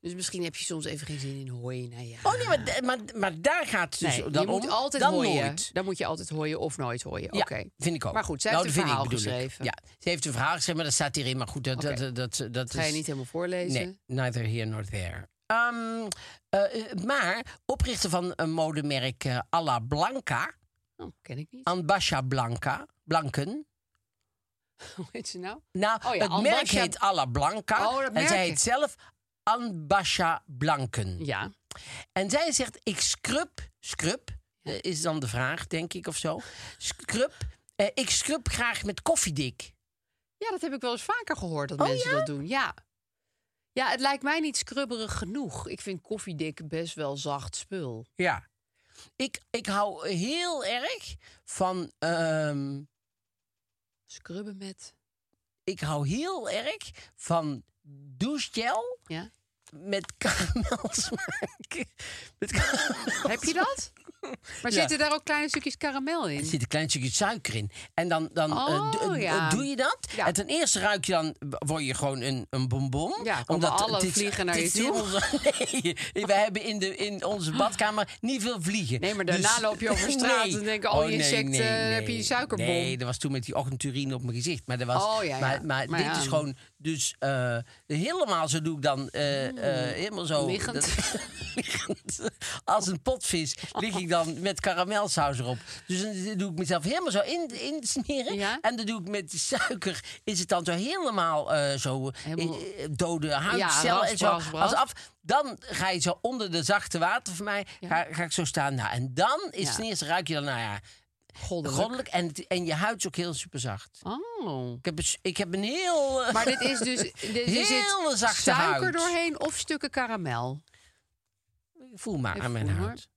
Speaker 3: Dus misschien heb je soms even geen zin in hooi. Nou ja.
Speaker 1: Oh nee, maar, d- maar, maar daar gaat het dus
Speaker 3: Nee,
Speaker 1: dan
Speaker 3: je moet
Speaker 1: om.
Speaker 3: altijd
Speaker 1: dan
Speaker 3: hooien.
Speaker 1: nooit.
Speaker 3: Dan moet je altijd hooien of nooit hooien.
Speaker 1: Ja,
Speaker 3: Oké.
Speaker 1: vind ik ook.
Speaker 3: Maar goed, zij
Speaker 1: Nou,
Speaker 3: heeft
Speaker 1: dat
Speaker 3: een
Speaker 1: vind
Speaker 3: verhaal
Speaker 1: ik, bedoel ik.
Speaker 3: geschreven.
Speaker 1: Ja, ze heeft een verhaal geschreven, maar dat staat hierin. Maar goed, dat,
Speaker 3: Oké.
Speaker 1: dat, dat, dat,
Speaker 3: Dat ga je
Speaker 1: is-
Speaker 3: niet helemaal voorlezen.
Speaker 1: dus- Nee, neither here nor there. Ehm, eh, eh, maar oprichter van een modemerk eh Alla Blanca,
Speaker 3: Oh, ken ik
Speaker 1: Ah.
Speaker 3: niet.
Speaker 1: Ambasha Blanca, Blanken.
Speaker 3: Hoe heet ze nou?
Speaker 1: Nou,
Speaker 3: Oh ja,
Speaker 1: het merk
Speaker 3: Ambasha-
Speaker 1: heet Alla Blanca
Speaker 3: Oh, dat
Speaker 1: en
Speaker 3: merk
Speaker 1: zij
Speaker 3: ik.
Speaker 1: heet zelf Ambasha Blanken.
Speaker 3: Ja.
Speaker 1: En zij zegt, ik scrub, scrub, eh, is dan de vraag, denk ik, of zo. Scrub, eh, ik scrub graag met koffiedik.
Speaker 3: Ja, dat heb ik wel eens vaker gehoord
Speaker 1: Oh,
Speaker 3: dat mensen dat doen. Ja. Ja, het lijkt mij niet scrubberig genoeg. Ik vind koffiedik best wel zacht spul.
Speaker 1: Ja. Ik, ik hou heel erg van, ehm,
Speaker 3: Scrubben met.
Speaker 1: ik hou heel erg van douchegel
Speaker 3: Ja.
Speaker 1: met karamelsmaak. Met karamelsmaak.
Speaker 3: Heb je dat? Maar
Speaker 1: Ja.
Speaker 3: zitten daar ook kleine stukjes karamel
Speaker 1: Er
Speaker 3: in?
Speaker 1: zit een klein stukje suiker in. En dan, dan eh,
Speaker 3: Oh,
Speaker 1: d- eh,
Speaker 3: ja.
Speaker 1: doe je dat.
Speaker 3: Ja.
Speaker 1: En ten eerste ruik je dan, word je gewoon een, een bonbon.
Speaker 3: Ja, komen alle vliegen naar
Speaker 1: dit
Speaker 3: je
Speaker 1: is
Speaker 3: toe.
Speaker 1: onze- nee, we hebben in, de, in onze badkamer niet veel vliegen. Dus-
Speaker 3: Nee, maar daarna loop je over straat en denken al
Speaker 1: Oh,
Speaker 3: die insecten, eh, heb je die suikerbom.
Speaker 1: Nee, dat was toen met die ochtendurine op mijn gezicht. Maar, dat was,
Speaker 3: Oh, ja, ja.
Speaker 1: maar, maar,
Speaker 3: Maar
Speaker 1: dit
Speaker 3: ja.
Speaker 1: is gewoon, dus eh, helemaal zo doe ik dan, eh, eh, helemaal zo.
Speaker 3: Mm. Liggend.
Speaker 1: dat- liggend. Als een potvis lig ik dan met karamelsaus erop. Dus dan doe ik mezelf helemaal zo in, insmeren.
Speaker 3: Ja?
Speaker 1: En dan doe ik met die suiker. Is het dan zo helemaal eh, zo eh,
Speaker 3: Helemaal-
Speaker 1: eh, dode huidcellen
Speaker 3: ras,
Speaker 1: en zo.
Speaker 3: ras, ras.
Speaker 1: Als af, dan ga je zo onder de zachte water van mij. Ga, ga ik zo staan. Nou, en dan is
Speaker 3: Ja.
Speaker 1: ten eerste ruik je dan, nou ja,
Speaker 3: Goddelijk.
Speaker 1: goddelijk. En, het- en je huid is ook heel super zacht.
Speaker 3: Oh.
Speaker 1: Ik heb, een s- ik heb een heel. eh,
Speaker 3: Maar dit is dus. Dit, er
Speaker 1: Hele
Speaker 3: zit
Speaker 1: zachte
Speaker 3: suiker
Speaker 1: huid.
Speaker 3: doorheen of stukken karamel.
Speaker 1: voel maar
Speaker 3: Ik
Speaker 1: aan mijn
Speaker 3: voel hoor.
Speaker 1: huid.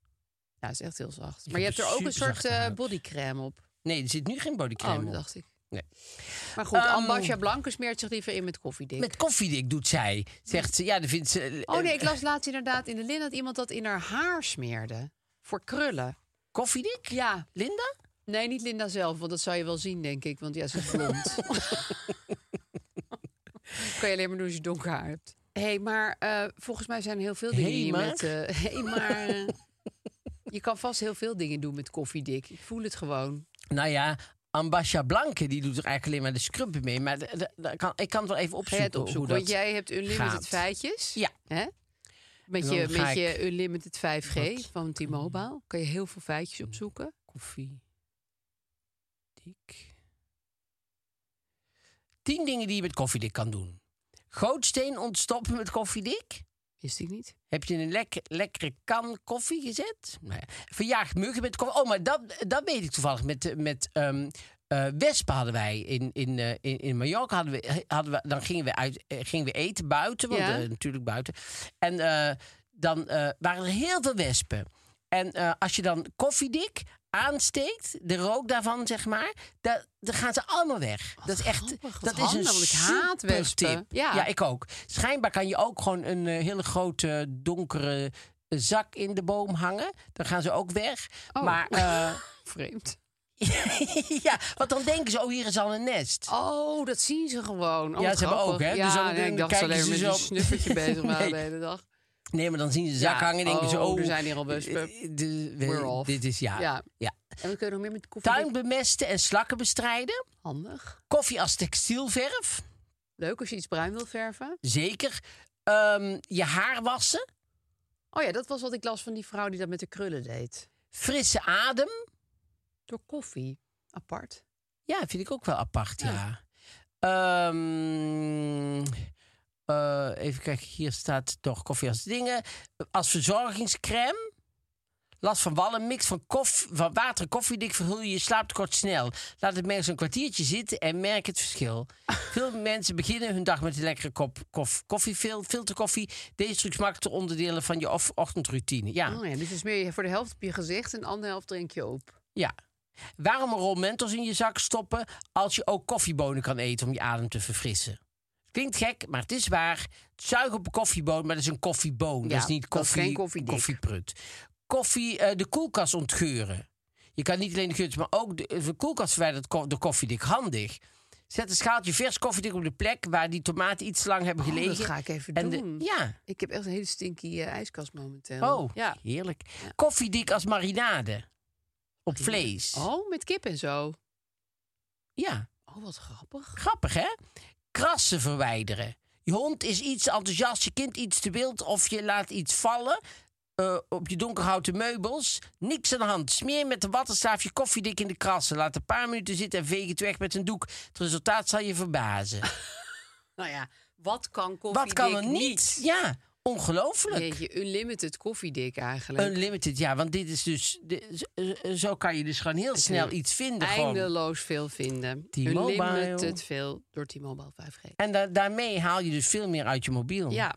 Speaker 3: Ja, dat is echt heel zacht.
Speaker 1: Ik
Speaker 3: maar je
Speaker 1: heb
Speaker 3: hebt er ook een
Speaker 1: superzachte
Speaker 3: soort eh,
Speaker 1: huid.
Speaker 3: bodycrème op.
Speaker 1: Nee, er zit nu geen bodycreme
Speaker 3: oh, dat
Speaker 1: op.
Speaker 3: dacht ik.
Speaker 1: Nee.
Speaker 3: Maar goed,
Speaker 1: Ehm,
Speaker 3: Ambassia Blanke smeert zich liever in met koffiedik.
Speaker 1: Met koffiedik doet zij. Zegt ze, ja, dat vindt ze... eh,
Speaker 3: Oh nee, ik las laatst inderdaad in de lin dat iemand dat in haar haar smeerde. Voor krullen.
Speaker 1: Koffiedik?
Speaker 3: Ja.
Speaker 1: Linda?
Speaker 3: Nee, niet Linda zelf, want dat zou je wel zien, denk ik. Want ja, ze is blond. kan je alleen maar doen als je donker haar hebt. Hé, hey, maar eh, volgens mij zijn er heel veel dingen
Speaker 1: Hé,
Speaker 3: die je
Speaker 1: maar?
Speaker 3: met... eh, Hé, maar... eh, je kan vast heel veel dingen doen met koffiedik. Ik voel het gewoon.
Speaker 1: Nou ja, Ambasha Blanke, die doet er eigenlijk alleen maar de scrubben mee. Maar de- de- de- kan, ik kan het wel even
Speaker 3: Ga je
Speaker 1: opzoeken,
Speaker 3: het opzoeken?
Speaker 1: hoe
Speaker 3: Want
Speaker 1: dat...
Speaker 3: jij hebt unlimited
Speaker 1: gaat.
Speaker 3: feitjes.
Speaker 1: Ja.
Speaker 3: Hè? Met,
Speaker 1: En
Speaker 3: je,
Speaker 1: dan ga
Speaker 3: met
Speaker 1: ik-
Speaker 3: je unlimited 5G
Speaker 1: Wat?
Speaker 3: van T-Mobile kan je heel veel feitjes opzoeken.
Speaker 1: Koffie. Dik. Tien dingen die je met koffiedik kan doen. Gootsteen ontstoppen met koffiedik.
Speaker 3: Wist ik niet.
Speaker 1: Heb je een lek- lekkere kan koffie gezet? Nou ja. Verjaagd muggen met koffie. Oh, maar dat, dat weet ik toevallig. Met, eh, met ehm, eh, wespen hadden wij in, in, eh, in, in Mallorca. Hadden we, hadden we, dan gingen we, uit, eh, gingen we eten buiten. Want
Speaker 3: Ja.
Speaker 1: eh, natuurlijk buiten. En eh, dan eh, waren er heel veel wespen. En eh, als je dan koffiedik aansteekt, de rook daarvan zeg maar, da- dan gaan ze allemaal weg. dat is echt,
Speaker 3: grappig, wat
Speaker 1: dat is
Speaker 3: handig,
Speaker 1: een
Speaker 3: want ik haat
Speaker 1: super
Speaker 3: wespen.
Speaker 1: tip.
Speaker 3: Ja.
Speaker 1: ja, ik ook. Schijnbaar kan je ook gewoon een eh, hele grote donkere eh, zak in de boom hangen. Dan gaan ze ook weg.
Speaker 3: Oh.
Speaker 1: Maar eh,
Speaker 3: Vreemd.
Speaker 1: ja, want dan denken ze, oh hier is al een nest.
Speaker 3: Oh, dat zien ze gewoon. Oh,
Speaker 1: Ja,
Speaker 3: wat
Speaker 1: ze hebben ook,
Speaker 3: grappig.
Speaker 1: hè?
Speaker 3: Ja,
Speaker 1: Dus dan-
Speaker 3: nee,
Speaker 1: dan
Speaker 3: ik dacht ze
Speaker 1: kijken
Speaker 3: alleen
Speaker 1: ze
Speaker 3: maar met
Speaker 1: zo-
Speaker 3: een snuffertje bezig waren de
Speaker 1: Nee.
Speaker 3: hele dag.
Speaker 1: Nee, maar dan zien ze de zak
Speaker 3: Ja,
Speaker 1: hangen en denken ze,
Speaker 3: oh,
Speaker 1: oh
Speaker 3: er zijn hier al wespen.
Speaker 1: eh, de- we-
Speaker 3: We're off.
Speaker 1: Dit is ja.
Speaker 3: Ja.
Speaker 1: ja.
Speaker 3: En we kunnen nog meer met koffie.
Speaker 1: Tuin bemesten en slakken bestrijden.
Speaker 3: Handig.
Speaker 1: Koffie als textielverf.
Speaker 3: Leuk als je iets bruin wil verven.
Speaker 1: Zeker. Ehm, je haar wassen.
Speaker 3: Oh ja, dat was wat ik las van die vrouw die dat met de krullen deed.
Speaker 1: Frisse adem.
Speaker 3: Door koffie. Apart.
Speaker 1: Ja, vind ik ook wel apart, ja. Ehm, eh, even kijken, hier staat toch koffie als dingen. Als verzorgingscrème. Last van wallen, mix van, koff, van water en koffiedik verhul je je slaaptekort snel. Laat het mensen een kwartiertje zitten en merk het verschil. Veel mensen beginnen hun dag met een lekkere kop kof, koffie, fil- filterkoffie. Deze trucs maakt de onderdelen van je of- ochtendroutine. Ja.
Speaker 3: Oh ja, dus is meer voor de helft op je gezicht en de andere helft drink je op.
Speaker 1: Ja. Waarom een rol mentos in je zak stoppen als je ook koffiebonen kan eten om je adem te verfrissen? Klinkt gek, maar het is waar. Zuig op een koffieboon, maar dat is een koffieboon.
Speaker 3: Ja,
Speaker 1: dat is niet
Speaker 3: dat is
Speaker 1: koffie,
Speaker 3: geen koffiedik.
Speaker 1: koffieprut. Koffie, eh, de koelkast ontgeuren. Je kan niet alleen de geurtjes, maar ook de, de koelkast verwijdert ko- de koffiedik. Handig. Zet een schaaltje vers koffiedik op de plek waar die tomaten iets te lang hebben
Speaker 3: Oh,
Speaker 1: gelegen.
Speaker 3: dat ga ik even
Speaker 1: En de-
Speaker 3: doen.
Speaker 1: ja,
Speaker 3: Ik heb echt een hele stinky eh, ijskast momenteel.
Speaker 1: oh,
Speaker 3: Ja.
Speaker 1: heerlijk. Koffiedik als marinade. Op vlees.
Speaker 3: Oh, met kip en zo.
Speaker 1: Ja.
Speaker 3: Oh, wat grappig.
Speaker 1: Grappig, hè? Krassen verwijderen. Je hond is iets te enthousiast, je kind iets te wild of je laat iets vallen eh, op je donkerhouten meubels. Niks aan de hand. Smeer met een wattenstaafje koffiedik in de krassen. Laat een paar minuten zitten en veeg het weg met een doek. Het resultaat zal je verbazen.
Speaker 3: Nou ja, wat kan koffie
Speaker 1: Wat kan er niet? Ja, ongelooflijk.
Speaker 3: Jeetje, unlimited koffiedik eigenlijk.
Speaker 1: Unlimited, ja, want dit is dus. de- z- eh, zo kan je dus gewoon heel snel iets vinden. gewoon.
Speaker 3: Eindeloos veel vinden.
Speaker 1: T-Mobile.
Speaker 3: Unlimited veel door T-Mobile 5G.
Speaker 1: En da- daarmee haal je dus veel meer uit je mobiel.
Speaker 3: Ja.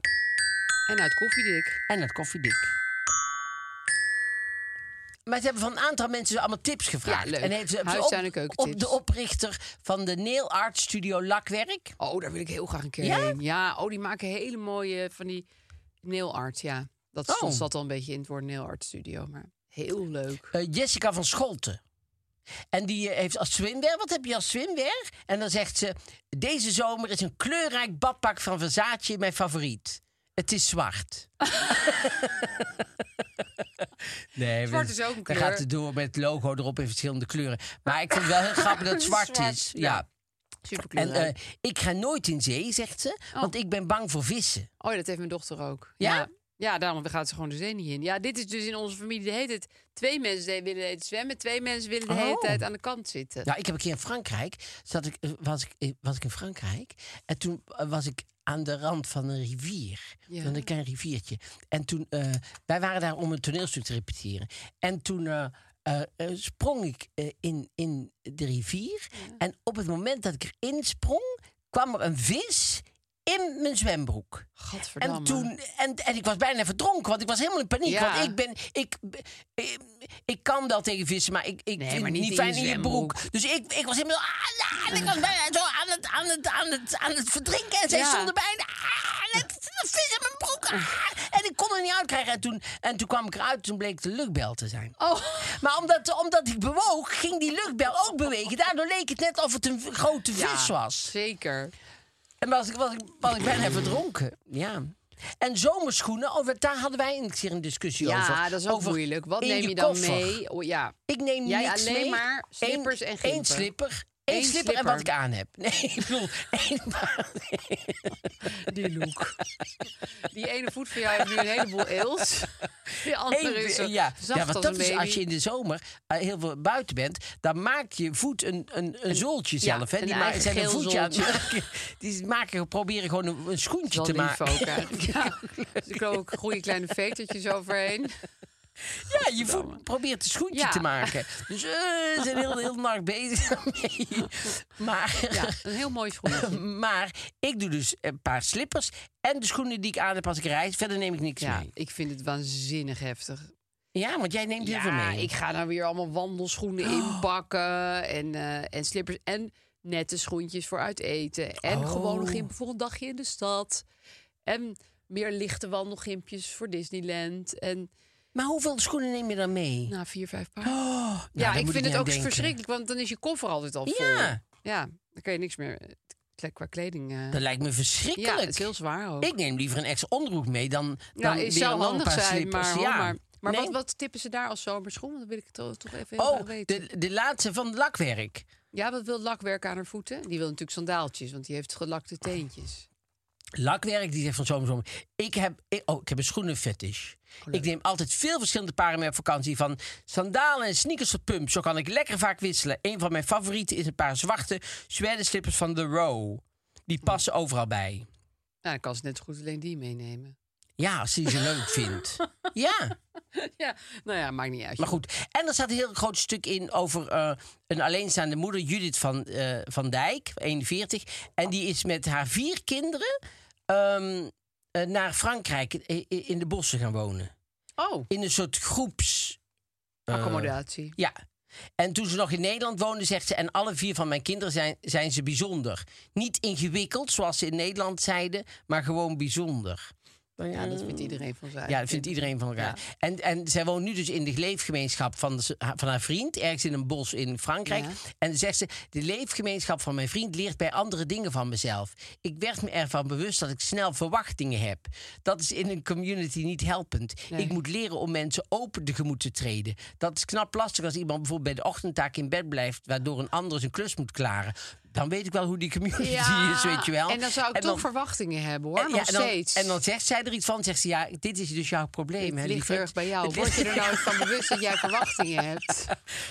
Speaker 3: En uit koffiedik.
Speaker 1: En het koffiedik. Maar ze hebben van een aantal mensen allemaal tips gevraagd.
Speaker 3: Ja, leuk.
Speaker 1: En heeft ze hebben ze
Speaker 3: Huistuin- en
Speaker 1: op,
Speaker 3: keukentips.
Speaker 1: op de oprichter van de nail art studio Lakwerk.
Speaker 3: Oh, daar wil ik heel graag een keer
Speaker 1: Ja?
Speaker 3: heen. Ja, oh, die maken hele mooie van die nail art, ja. Dat
Speaker 1: Oh.
Speaker 3: stond zat al een beetje in het woord nail art studio, maar heel leuk.
Speaker 1: eh, Jessica van Scholten. En die eh, heeft als swimwear, wat heb je als swimwear? En dan zegt ze, deze zomer is een kleurrijk badpak van Versace mijn favoriet. Het is zwart. nee,
Speaker 3: Zwart
Speaker 1: we-
Speaker 3: is ook een
Speaker 1: dan
Speaker 3: kleur.
Speaker 1: gaat het door met het logo erop in verschillende kleuren. Maar ik vind het wel heel grappig dat het zwart,
Speaker 3: Zwart,
Speaker 1: is.
Speaker 3: ja.
Speaker 1: ja.
Speaker 3: Superkleur.
Speaker 1: En eh, ik ga nooit in zee, zegt ze, want ik ben bang voor vissen.
Speaker 3: oh, ja, dat heeft mijn dochter ook.
Speaker 1: Ja?
Speaker 3: Ja, ja daarom gaat ze gewoon de zee niet in. Ja, dit is dus in onze familie, de heet het. Twee mensen die willen de hele tijd zwemmen, twee mensen willen de hele
Speaker 1: Oh.
Speaker 3: tijd aan de kant zitten.
Speaker 1: Nou, ik heb een keer in Frankrijk, zat ik, eh, was, ik, eh, was ik in Frankrijk en toen eh, was ik aan de rand van een rivier,
Speaker 3: Ja.
Speaker 1: van een klein riviertje. En toen, eh, wij waren daar om een toneelstuk te repeteren. En toen eh, eh, eh, sprong ik eh, in, in de rivier en op het moment dat ik erin sprong, kwam er een vis in mijn zwembroek.
Speaker 3: Gadverdamme.
Speaker 1: En, toen, en, en ik was bijna verdronken, want ik was helemaal in paniek.
Speaker 3: Ja.
Speaker 1: Want ik ben. Ik, ik, ik kan wel tegen vissen, maar ik, ik
Speaker 3: Nee,
Speaker 1: vind
Speaker 3: maar
Speaker 1: het niet,
Speaker 3: niet in
Speaker 1: fijn
Speaker 3: je
Speaker 1: in je
Speaker 3: zwembroek.
Speaker 1: broek. Dus ik, ik was helemaal. ah, ah, en ik was bijna zo aan het, aan het, aan het, aan het verdrinken. En zij
Speaker 3: Ja.
Speaker 1: stonden bijna. ah, en het- de vis in mijn broek. ah. en ik kon er niet uitkrijgen. En toen, en toen kwam ik eruit, toen bleek het de luchtbel te zijn.
Speaker 3: Oh.
Speaker 1: Maar omdat, omdat ik bewoog, ging die luchtbel ook bewegen. Daardoor leek het net of het een v- grote vis was.
Speaker 3: Zeker.
Speaker 1: En was ik, was ik, was ik bijna verdronken. Ja. En zomerschoenen, over, daar hadden wij een keer een discussie
Speaker 3: Ja,
Speaker 1: over.
Speaker 3: dat is ook
Speaker 1: Over
Speaker 3: moeilijk. Wat
Speaker 1: in
Speaker 3: neem je, dan
Speaker 1: koffer.
Speaker 3: mee? Oh, ja.
Speaker 1: Ik neem
Speaker 3: Jij
Speaker 1: niks
Speaker 3: alleen
Speaker 1: mee.
Speaker 3: maar
Speaker 1: Eén-
Speaker 3: slippers en
Speaker 1: Één
Speaker 3: gimpen.
Speaker 1: slipper. Eén
Speaker 3: Eén
Speaker 1: slipper, en
Speaker 3: slipper.
Speaker 1: wat ik aan heb. Nee, ik bedoel, één paar-
Speaker 3: Die look. Die ene voet van jou heeft nu een heleboel eels. Die andere
Speaker 1: één-
Speaker 3: is zo
Speaker 1: ja.
Speaker 3: zacht
Speaker 1: ja, want dat
Speaker 3: als een
Speaker 1: is
Speaker 3: baby.
Speaker 1: als je in de zomer eh, heel veel buiten bent, dan maakt je voet een, een, een zooltje
Speaker 3: ja,
Speaker 1: zelf. Hè.
Speaker 3: een
Speaker 1: Die ma-
Speaker 3: eigen
Speaker 1: zijn een
Speaker 3: geel
Speaker 1: voetje aan het
Speaker 3: zooltje.
Speaker 1: maken. Die maken, proberen gewoon een, een schoentje
Speaker 3: Wel
Speaker 1: te maken.
Speaker 3: lief ook eigenlijk. Ja. Dus ik loop ook goede kleine vetertjes overheen.
Speaker 1: Ja, je voet probeert een schoentje
Speaker 3: Ja.
Speaker 1: te maken. Dus eh, ze zijn heel, heel nacht bezig daarmee. Maar,
Speaker 3: Ja, een heel mooi schoentje.
Speaker 1: maar ik doe dus een paar slippers en de schoenen die ik aan heb als ik reis. Verder neem ik niks
Speaker 3: Ja,
Speaker 1: mee.
Speaker 3: ik vind het waanzinnig heftig.
Speaker 1: Ja, want jij neemt heel veel
Speaker 3: Ja,
Speaker 1: mee. Oh.
Speaker 3: ik ga nou weer allemaal wandelschoenen inpakken en, eh, en slippers en nette schoentjes voor uit eten. En
Speaker 1: Oh.
Speaker 3: gewoon een gimp voor een dagje in de stad. En meer lichte wandelgimpjes voor Disneyland. En
Speaker 1: Maar hoeveel schoenen neem je dan mee?
Speaker 3: na vier, vijf paar.
Speaker 1: Oh,
Speaker 3: Nou. ja,
Speaker 1: nou, daar
Speaker 3: ik
Speaker 1: moet
Speaker 3: vind
Speaker 1: niet
Speaker 3: het ook
Speaker 1: aan denken.
Speaker 3: verschrikkelijk, want dan is je koffer altijd al vol.
Speaker 1: Ja.
Speaker 3: Ja, dan kan je niks meer eh, qua kleding. eh.
Speaker 1: Dat lijkt me
Speaker 3: ja,
Speaker 1: verschrikkelijk.
Speaker 3: het is heel zwaar ook.
Speaker 1: Ik neem liever een extra onderbroek mee dan,
Speaker 3: ja,
Speaker 1: dan
Speaker 3: het
Speaker 1: weer
Speaker 3: zou
Speaker 1: nog een
Speaker 3: handig
Speaker 1: paar
Speaker 3: zijn,
Speaker 1: slippers.
Speaker 3: maar, hoor,
Speaker 1: ja.
Speaker 3: maar, maar
Speaker 1: Nee.
Speaker 3: wat, wat tippen ze daar als zomerschoen? Want dat wil ik toch, toch even heel
Speaker 1: Oh,
Speaker 3: graag weten.
Speaker 1: de, de laatste van lakwerk.
Speaker 3: Ja, wat wil lakwerk aan haar voeten? Die wil natuurlijk sandaaltjes, want die heeft gelakte teentjes.
Speaker 1: Lakwerk die zegt van zomer, zomer. Ik heb, ik, oh, ik heb een schoenenfetish. ik neem altijd veel verschillende paren mee op vakantie. Van sandalen en sneakers tot pump. Zo kan ik lekker vaak wisselen. Een van mijn favorieten is een paar zwarte suède slippers van The Row. Die passen overal bij.
Speaker 3: Nou, dan kan ze net zo goed alleen die meenemen.
Speaker 1: Ja, als hij ze leuk vindt. Ja.
Speaker 3: ja, nou ja, maakt niet uit.
Speaker 1: Maar goed, en er staat een heel groot stuk in over eh, een alleenstaande moeder, Judith van, eh, van Dijk, 41. En die is met haar vier kinderen ehm, eh, naar Frankrijk i- i- in de bossen gaan wonen.
Speaker 3: Oh,
Speaker 1: In een soort groeps. eh,
Speaker 3: accommodatie.
Speaker 1: Ja. En toen ze nog in Nederland woonde, zegt ze: En alle vier van mijn kinderen zijn, zijn ze bijzonder. Niet ingewikkeld, zoals ze in Nederland zeiden, maar gewoon bijzonder.
Speaker 3: Ja, dat vindt iedereen van zijn.
Speaker 1: nou eh, Ja, dat vindt iedereen van elkaar. En, en zij woont nu dus in de leefgemeenschap van, z- ha- van haar vriend, ergens in een bos in Frankrijk.
Speaker 3: Ja.
Speaker 1: En dan zegt ze: De leefgemeenschap van mijn vriend leert bij andere dingen van mezelf. Ik werd me ervan bewust dat ik snel verwachtingen heb. Dat is in een community niet helpend.
Speaker 3: Nee.
Speaker 1: Ik moet leren om mensen open tegemoet te treden. Dat is knap lastig als iemand bijvoorbeeld bij de ochtendtaak in bed blijft, waardoor een ander zijn klus moet klaren. Dan weet ik wel hoe die community is, weet je wel.
Speaker 3: En dan zou ik toch
Speaker 1: dan-
Speaker 3: verwachtingen hebben hoor,
Speaker 1: en-
Speaker 3: nog
Speaker 1: Eh, ja, en dan,
Speaker 3: steeds.
Speaker 1: En dan zegt zij er iets van, zegt ze, ja, dit is dus jouw probleem. hè,
Speaker 3: het
Speaker 1: lieverd.
Speaker 3: ligt heel erg bij jou.
Speaker 1: Het
Speaker 3: Word je
Speaker 1: ligt-
Speaker 3: er nou eens van bewust dat jij verwachtingen hebt?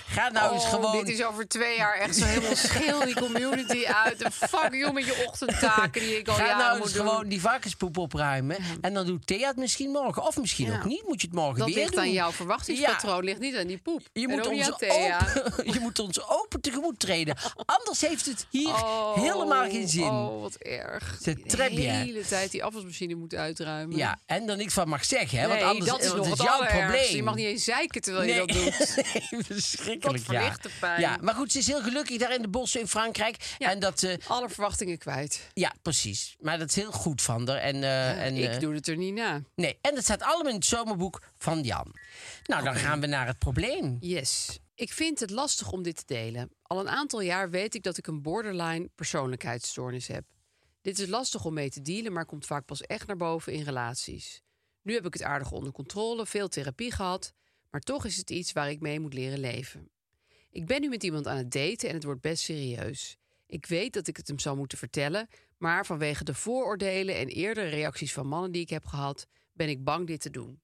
Speaker 1: Ga nou eens
Speaker 3: Oh,
Speaker 1: gewoon...
Speaker 3: Dit is over twee jaar echt zo helemaal schil die community uit. En fuck you met je ochtendtaken die ik al
Speaker 1: Ga
Speaker 3: jaren
Speaker 1: nou
Speaker 3: moet
Speaker 1: eens
Speaker 3: doen.
Speaker 1: gewoon die varkenspoep opruimen. En dan doet Thea het misschien morgen. Of misschien
Speaker 3: Ja.
Speaker 1: ook niet. Moet je het morgen
Speaker 3: dat
Speaker 1: weer
Speaker 3: ligt
Speaker 1: doen.
Speaker 3: aan jouw verwachtingspatroon, ligt niet aan die poep.
Speaker 1: Je
Speaker 3: En
Speaker 1: moet,
Speaker 3: ook niet
Speaker 1: ons
Speaker 3: aan Thea.
Speaker 1: open, je moet ons open tegemoet treden. Anders heeft het hier
Speaker 3: Oh,
Speaker 1: helemaal geen zin.
Speaker 3: Oh, wat erg.
Speaker 1: Ze
Speaker 3: Die
Speaker 1: trap je.
Speaker 3: De hele tijd die afwasmachine moet uitruimen.
Speaker 1: Ja, en dan niks van mag zeggen. Hè?
Speaker 3: nee,
Speaker 1: want anders
Speaker 3: dat is
Speaker 1: want
Speaker 3: nog
Speaker 1: het
Speaker 3: het
Speaker 1: jouw
Speaker 3: allerergste.
Speaker 1: probleem.
Speaker 3: Je mag niet eens zeiken terwijl je dat doet.
Speaker 1: nee, verschrikkelijk,
Speaker 3: Wat
Speaker 1: ja.
Speaker 3: verlichte pijn.
Speaker 1: ja. Maar goed, ze is heel gelukkig daar in de bossen in Frankrijk.
Speaker 3: Ja.
Speaker 1: En dat, eh,
Speaker 3: Alle verwachtingen kwijt.
Speaker 1: Ja, precies. Maar dat is heel goed van haar. En, eh, en,
Speaker 3: ik
Speaker 1: eh,
Speaker 3: doe het er niet na.
Speaker 1: nee. en dat staat allemaal in het zomerboek van Jan. Nou,
Speaker 3: Oh.
Speaker 1: dan gaan we naar het probleem.
Speaker 3: Yes. Ik vind het lastig om dit te delen. Al een aantal jaar weet ik dat ik een borderline persoonlijkheidsstoornis heb. Dit is lastig om mee te dealen, maar komt vaak pas echt naar boven in relaties. Nu heb ik het aardig onder controle, veel therapie gehad, maar toch is het iets waar ik mee moet leren leven. Ik ben nu met iemand aan het daten en het wordt best serieus. Ik weet dat ik het hem zou moeten vertellen, maar vanwege de vooroordelen en eerdere reacties van mannen die ik heb gehad, ben ik bang dit te doen.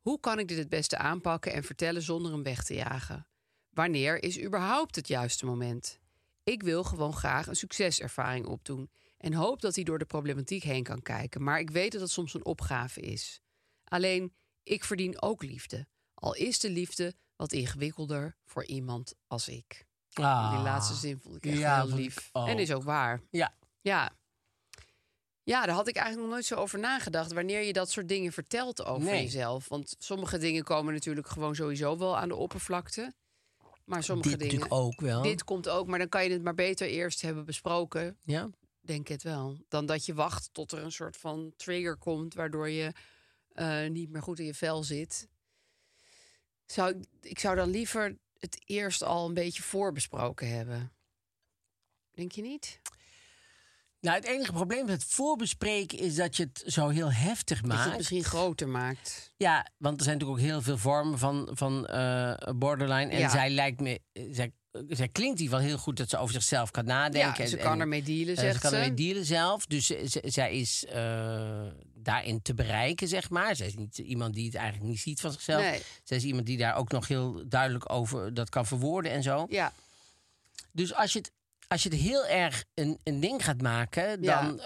Speaker 3: Hoe kan ik dit het beste aanpakken en vertellen zonder hem weg te jagen? Wanneer is überhaupt het juiste moment? Ik wil gewoon graag een succeservaring opdoen en hoop dat hij door de problematiek heen kan kijken, maar ik weet dat het soms een opgave is. Alleen, ik verdien ook liefde, al is de liefde wat ingewikkelder voor iemand als ik. Die laatste zin vond ik echt
Speaker 1: ja,
Speaker 3: heel
Speaker 1: vond ik
Speaker 3: lief.
Speaker 1: ook.
Speaker 3: En is ook waar.
Speaker 1: Ah. Ja.
Speaker 3: Ja. Ja, daar had ik eigenlijk nog nooit zo over nagedacht. Wanneer je dat soort dingen vertelt over
Speaker 1: Nee.
Speaker 3: jezelf. Want sommige dingen komen natuurlijk gewoon sowieso wel aan de oppervlakte. Maar sommige
Speaker 1: Dit
Speaker 3: dingen.
Speaker 1: natuurlijk ook wel.
Speaker 3: Dit komt ook, maar dan kan je het maar beter eerst hebben besproken.
Speaker 1: Ja.
Speaker 3: Denk het wel. Dan dat je wacht tot er een soort van trigger komt. Waardoor je eh, niet meer goed in je vel zit. Zou, ik- ik zou dan liever het eerst al een beetje voorbesproken hebben. Denk je niet?
Speaker 1: Nou, het enige probleem met het voorbespreken is dat je het zo heel heftig
Speaker 3: Dat
Speaker 1: maakt.
Speaker 3: je het misschien groter maakt.
Speaker 1: Ja, want er zijn natuurlijk ook heel veel vormen van, van eh, borderline. En
Speaker 3: Ja.
Speaker 1: zij lijkt me. eh, Zij, zij klinkt die wel heel goed dat ze over zichzelf kan nadenken.
Speaker 3: Ja, ze
Speaker 1: en-
Speaker 3: kan
Speaker 1: en,
Speaker 3: ermee dealen,
Speaker 1: eh,
Speaker 3: zegt
Speaker 1: ze kan
Speaker 3: ze.
Speaker 1: ermee dealen zelf. Dus ze- ze- zij is eh, daarin te bereiken, zeg maar. Zij is niet iemand die het eigenlijk niet ziet van zichzelf.
Speaker 3: Nee.
Speaker 1: Zij is iemand die daar ook nog heel duidelijk over dat kan verwoorden en zo.
Speaker 3: Ja,
Speaker 1: Dus als je het, als je het heel erg een, een ding gaat maken,
Speaker 3: Ja.
Speaker 1: dan,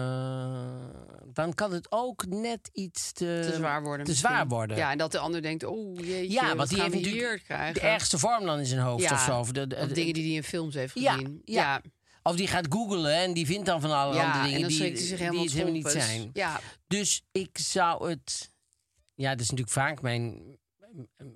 Speaker 1: eh, dan kan het ook net iets te,
Speaker 3: te zwaar worden.
Speaker 1: Ehm, Te
Speaker 3: misschien.
Speaker 1: zwaar worden.
Speaker 3: Ja, en dat de ander denkt, oh jeetje,
Speaker 1: Ja,
Speaker 3: wat
Speaker 1: want die
Speaker 3: gaan
Speaker 1: heeft
Speaker 3: we
Speaker 1: natuurlijk
Speaker 3: hier krijgen?
Speaker 1: de ergste vorm dan in zijn hoofd
Speaker 3: Ja,
Speaker 1: of zo. Of, de, de-
Speaker 3: Of
Speaker 1: de-
Speaker 3: dingen die hij in films heeft
Speaker 1: Ja,
Speaker 3: gezien.
Speaker 1: ja. of die gaat googlen en die vindt dan van alle
Speaker 3: Ja,
Speaker 1: andere
Speaker 3: en
Speaker 1: dingen
Speaker 3: dan
Speaker 1: die,
Speaker 3: schrikt hij zich helemaal
Speaker 1: die het helemaal niet
Speaker 3: schompers.
Speaker 1: zijn.
Speaker 3: Ja,
Speaker 1: Dus ik zou het... Ja, dat is natuurlijk vaak mijn,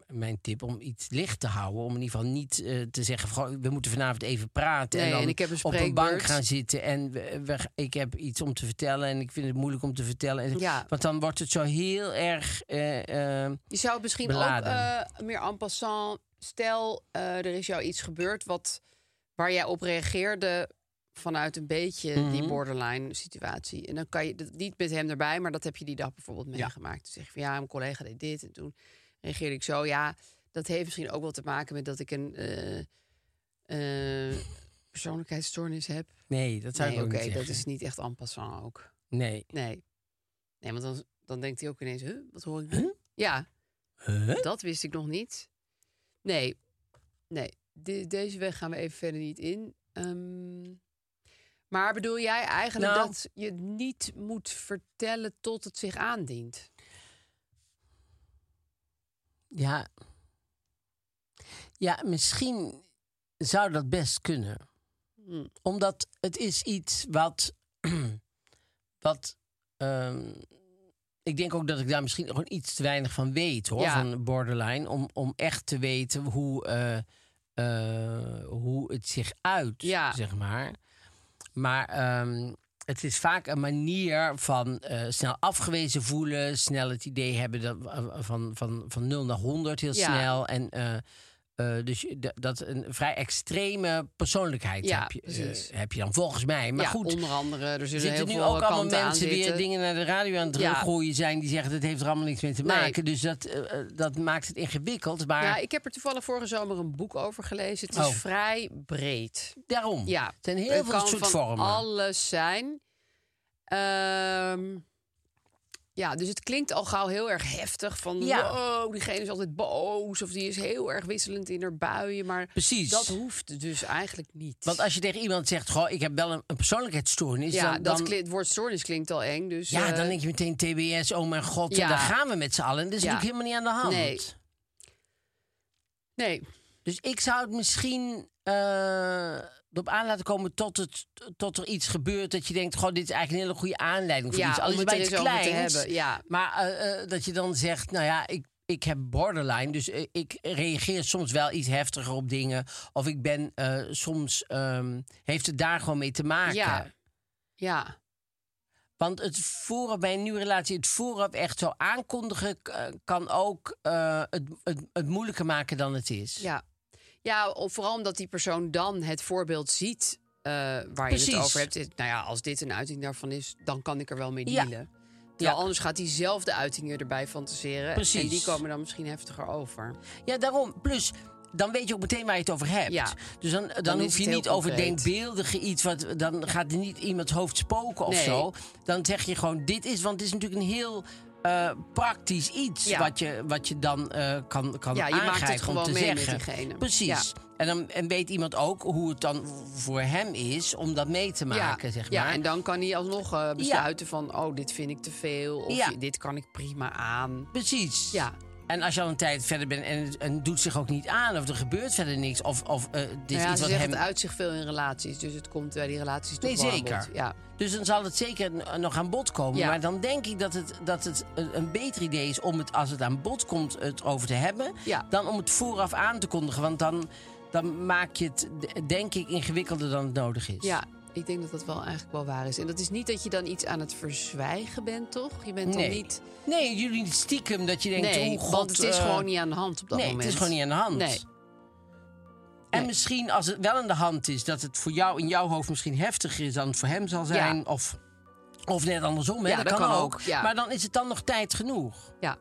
Speaker 1: mijn tip om iets licht te houden. Om in ieder geval niet eh, te zeggen, van, "Goh, we moeten vanavond even praten.
Speaker 3: Nee,
Speaker 1: en dan
Speaker 3: en ik heb een
Speaker 1: op een bank
Speaker 3: spreekbeurt.
Speaker 1: gaan zitten. En we- we- ik heb iets om te vertellen en ik vind het moeilijk om te vertellen. En-
Speaker 3: Ja.
Speaker 1: Want dan wordt het zo heel erg... eh, eh,
Speaker 3: je zou het misschien
Speaker 1: Beladen.
Speaker 3: ook eh, meer en passant... Stel, eh, er is jou iets gebeurd wat, waar jij op reageerde vanuit een beetje
Speaker 1: Mhm.
Speaker 3: die borderline situatie. En dan kan je dat niet met hem erbij, maar dat heb je die dag bijvoorbeeld meegemaakt. Dan zeg je van ja, mijn collega deed dit en toen reageerde ik zo. Ja, dat heeft misschien ook wel te maken met dat ik een eh, eh, persoonlijkheidsstoornis heb.
Speaker 1: nee, dat zou
Speaker 3: nee,
Speaker 1: ik
Speaker 3: oké,
Speaker 1: ook niet
Speaker 3: dat
Speaker 1: zeggen.
Speaker 3: is niet echt en passant ook.
Speaker 1: Nee.
Speaker 3: Nee. Nee, want dan, dan denkt hij ook ineens, huh, wat hoor ik nu? Ja,
Speaker 1: Huh?
Speaker 3: dat wist ik nog niet. Nee, nee. De- deze weg gaan we even verder niet in. Ehm, maar bedoel jij eigenlijk
Speaker 1: Nou.
Speaker 3: dat je het niet moet vertellen tot het zich aandient?
Speaker 1: Ja. Ja, misschien zou dat best kunnen.
Speaker 3: Hm.
Speaker 1: Omdat het is iets wat... wat ehm, ik denk ook dat ik daar misschien gewoon iets te weinig van weet, hoor.
Speaker 3: Ja.
Speaker 1: Van borderline. Om, om echt te weten hoe, eh, eh, hoe het zich uit,
Speaker 3: Ja.
Speaker 1: zeg maar. Maar ehm, het is vaak een manier van eh, snel afgewezen voelen, snel het idee hebben dat, eh, van, van, van 0 naar 100 heel
Speaker 3: Ja.
Speaker 1: snel. En eh, eh, dus je- d- dat een vrij extreme persoonlijkheid
Speaker 3: Ja,
Speaker 1: heb, je, eh,
Speaker 3: precies.
Speaker 1: heb je dan volgens mij. Maar
Speaker 3: ja,
Speaker 1: goed,
Speaker 3: onder andere, er
Speaker 1: er
Speaker 3: zullen
Speaker 1: zitten
Speaker 3: heel
Speaker 1: nu
Speaker 3: veel
Speaker 1: ook allemaal
Speaker 3: kanten aan
Speaker 1: mensen die eh,
Speaker 3: zitten.
Speaker 1: dingen naar de radio aan het
Speaker 3: Ja.
Speaker 1: teruggooien zijn die zeggen dat heeft er allemaal niks mee te
Speaker 3: Nee.
Speaker 1: maken. Dus dat, eh, eh, dat maakt het ingewikkeld. Maar
Speaker 3: Ja, ik heb er toevallig vorige zomer een boek over gelezen. Het is
Speaker 1: Oh.
Speaker 3: vrij breed.
Speaker 1: daarom
Speaker 3: Ja,
Speaker 1: het zijn
Speaker 3: het
Speaker 1: heel veel
Speaker 3: kan
Speaker 1: soort
Speaker 3: van
Speaker 1: vormen.
Speaker 3: alles zijn. Ehm, ja, dus het klinkt al gauw heel erg heftig. Van,
Speaker 1: Ja.
Speaker 3: wow, diegene is altijd boos. Of die is heel erg wisselend in haar buien. Maar
Speaker 1: Precies.
Speaker 3: dat hoeft dus eigenlijk niet.
Speaker 1: Want als je tegen iemand zegt, goh, ik heb wel een, een persoonlijkheidsstoornis.
Speaker 3: ja,
Speaker 1: dan,
Speaker 3: dat
Speaker 1: dan-
Speaker 3: klinkt- het woord stoornis klinkt al eng. Dus,
Speaker 1: Ja,
Speaker 3: eh,
Speaker 1: dan denk je meteen TBS, oh mijn god,
Speaker 3: Ja.
Speaker 1: daar gaan we met z'n allen. En dat is
Speaker 3: Ja.
Speaker 1: natuurlijk helemaal niet aan de hand.
Speaker 3: Nee. Nee,
Speaker 1: Dus ik zou het misschien eh erop aan laten komen tot, het, tot er iets gebeurt dat je denkt, goh, dit is eigenlijk een hele goede aanleiding voor
Speaker 3: ja,
Speaker 1: iets. Al
Speaker 3: om
Speaker 1: is het
Speaker 3: het
Speaker 1: bij
Speaker 3: er
Speaker 1: iets
Speaker 3: eens over te
Speaker 1: kleins.
Speaker 3: hebben. Ja,
Speaker 1: Maar eh, eh, dat je dan zegt, nou ja, ik, ik heb borderline, dus eh, ik reageer soms wel iets heftiger op dingen. Of ik ben eh, soms, ehm, heeft het daar gewoon mee te maken.
Speaker 3: ja, ja.
Speaker 1: Want het vooraf bij een nieuwe relatie, het vooraf echt zo aankondigen, k- eh, kan ook eh, het, het, het moeilijker maken dan het is.
Speaker 3: Ja. Ja, of vooral omdat die persoon dan het voorbeeld ziet eh, waar je
Speaker 1: Precies.
Speaker 3: het over hebt. Dit- Nou ja, als dit een uiting daarvan is, dan kan ik er wel mee
Speaker 1: Ja.
Speaker 3: dealen. Terwijl
Speaker 1: Ja.
Speaker 3: anders gaat diezelfde uiting je erbij fantaseren.
Speaker 1: Precies.
Speaker 3: En die komen dan misschien heftiger over.
Speaker 1: Ja, daarom. Plus, dan weet je ook meteen waar je het over hebt.
Speaker 3: Ja.
Speaker 1: Dus dan, dan,
Speaker 3: Dan is
Speaker 1: hoef je
Speaker 3: het heel
Speaker 1: niet over
Speaker 3: concreet.
Speaker 1: denkbeeldige iets, wat, dan gaat er niet iemands hoofd spoken of
Speaker 3: Nee.
Speaker 1: zo. Dan zeg je gewoon, dit is, want het is natuurlijk een heel... eh, praktisch iets
Speaker 3: Ja.
Speaker 1: wat, je, wat je dan eh, kan, kan
Speaker 3: Ja, je maakt het
Speaker 1: aangrijpen om
Speaker 3: gewoon
Speaker 1: te
Speaker 3: mee met
Speaker 1: zeggen.
Speaker 3: diegene.
Speaker 1: Precies.
Speaker 3: Ja.
Speaker 1: En dan en weet iemand ook hoe het dan voor hem is om dat mee te maken,
Speaker 3: ja.
Speaker 1: zeg maar.
Speaker 3: ja, en dan kan hij alsnog eh, besluiten van... oh, dit vind ik te veel, of
Speaker 1: Ja.
Speaker 3: dit kan ik prima aan.
Speaker 1: Precies.
Speaker 3: Ja.
Speaker 1: En als je al een tijd verder bent en, het- en het doet zich ook niet aan, of er gebeurt verder niks, of, of eh, dit
Speaker 3: Nou
Speaker 1: is iets
Speaker 3: ja, ze
Speaker 1: wat
Speaker 3: zegt
Speaker 1: hem.
Speaker 3: het uit zich veel in relaties, dus het komt bij die relaties toch
Speaker 1: Nee,
Speaker 3: wel aan bod.
Speaker 1: zeker.
Speaker 3: Ja.
Speaker 1: Dus dan zal het zeker n- eh, nog aan bod komen.
Speaker 3: Ja.
Speaker 1: Maar dan denk ik dat het, dat het een, een beter idee is om het, als het aan bod komt, het over te hebben,
Speaker 3: Ja.
Speaker 1: dan om het vooraf aan te kondigen. Want dan, dan maak je het, d- denk ik, ingewikkelder dan het nodig is.
Speaker 3: Ja, ik denk dat dat wel eigenlijk wel waar is. En dat is niet dat je dan iets aan het verzwijgen bent, toch? Je bent
Speaker 1: Nee.
Speaker 3: dan niet.
Speaker 1: Nee, jullie niet stiekem dat je denkt,
Speaker 3: nee,
Speaker 1: oh god...
Speaker 3: want het is
Speaker 1: eh,
Speaker 3: gewoon niet aan de hand op dat
Speaker 1: nee,
Speaker 3: moment.
Speaker 1: het is gewoon niet aan de hand.
Speaker 3: Nee.
Speaker 1: En
Speaker 3: Nee.
Speaker 1: misschien als het wel aan de hand is, dat het voor jou in jouw hoofd misschien heftiger is dan het voor hem zal zijn.
Speaker 3: Ja.
Speaker 1: Of, of net andersom, hè?
Speaker 3: Ja, dat kan ook, ja.
Speaker 1: Maar dan is het dan nog tijd genoeg.
Speaker 3: Ja.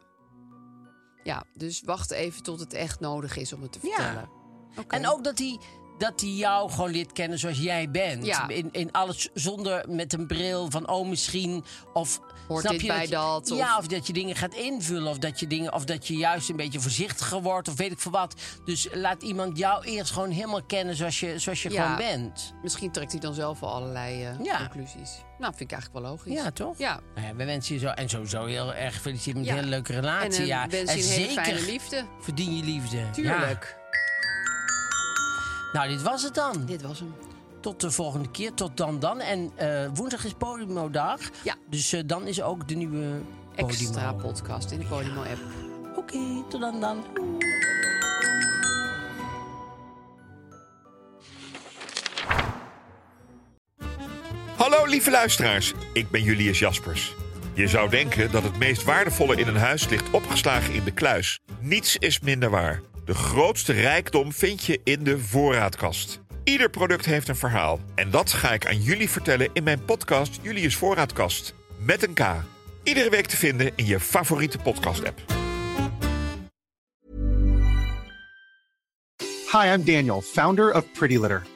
Speaker 3: ja, dus wacht even tot het echt nodig is om het te
Speaker 1: Ja.
Speaker 3: vertellen. Oké.
Speaker 1: En ook dat hij dat die jou gewoon leert kennen zoals jij bent.
Speaker 3: Ja.
Speaker 1: In, in alles zonder met een bril van oh misschien. Of
Speaker 3: Hoort
Speaker 1: snap
Speaker 3: dit
Speaker 1: je
Speaker 3: bij
Speaker 1: je-
Speaker 3: dat, of-
Speaker 1: Ja, of dat je dingen gaat invullen. Of dat je, dingen, of dat je juist een beetje voorzichtiger wordt. Of weet ik veel wat. Dus laat iemand jou eerst gewoon helemaal kennen zoals je, zoals je
Speaker 3: Ja.
Speaker 1: gewoon bent.
Speaker 3: Misschien trekt hij dan zelf al allerlei eh,
Speaker 1: Ja.
Speaker 3: conclusies. Nou, vind ik eigenlijk wel logisch.
Speaker 1: Ja, toch?
Speaker 3: Ja.
Speaker 1: Nou ja, we wensen je zo en sowieso heel erg gefeliciteerd met
Speaker 3: Ja.
Speaker 1: een hele leuke
Speaker 3: En
Speaker 1: relatie.
Speaker 3: eh,
Speaker 1: ja.
Speaker 3: wens
Speaker 1: en
Speaker 3: je een hele
Speaker 1: zeker
Speaker 3: fijne liefde.
Speaker 1: verdien je liefde.
Speaker 3: Tuurlijk.
Speaker 1: Ja. Nou, dit was het dan.
Speaker 3: Dit was hem.
Speaker 1: Tot de volgende keer, tot dan dan. En eh, woensdag is Podimo-dag.
Speaker 3: Ja.
Speaker 1: Dus eh, dan is ook de nieuwe Podimo.
Speaker 3: Extra podcast in de Podimo-app.
Speaker 1: Oké, tot dan dan.
Speaker 4: Hallo lieve luisteraars, ik ben Julius Jaspers. Je zou denken dat het meest waardevolle in een huis ligt opgeslagen in de kluis. Niets is minder waar. De grootste rijkdom vind je in de voorraadkast. Ieder product heeft een verhaal. En dat ga ik aan jullie vertellen in mijn podcast Julius Voorraadkast. Met een K. Iedere week te vinden in je favoriete podcast-app.
Speaker 5: Hi, I'm Daniel, founder of Pretty Litter.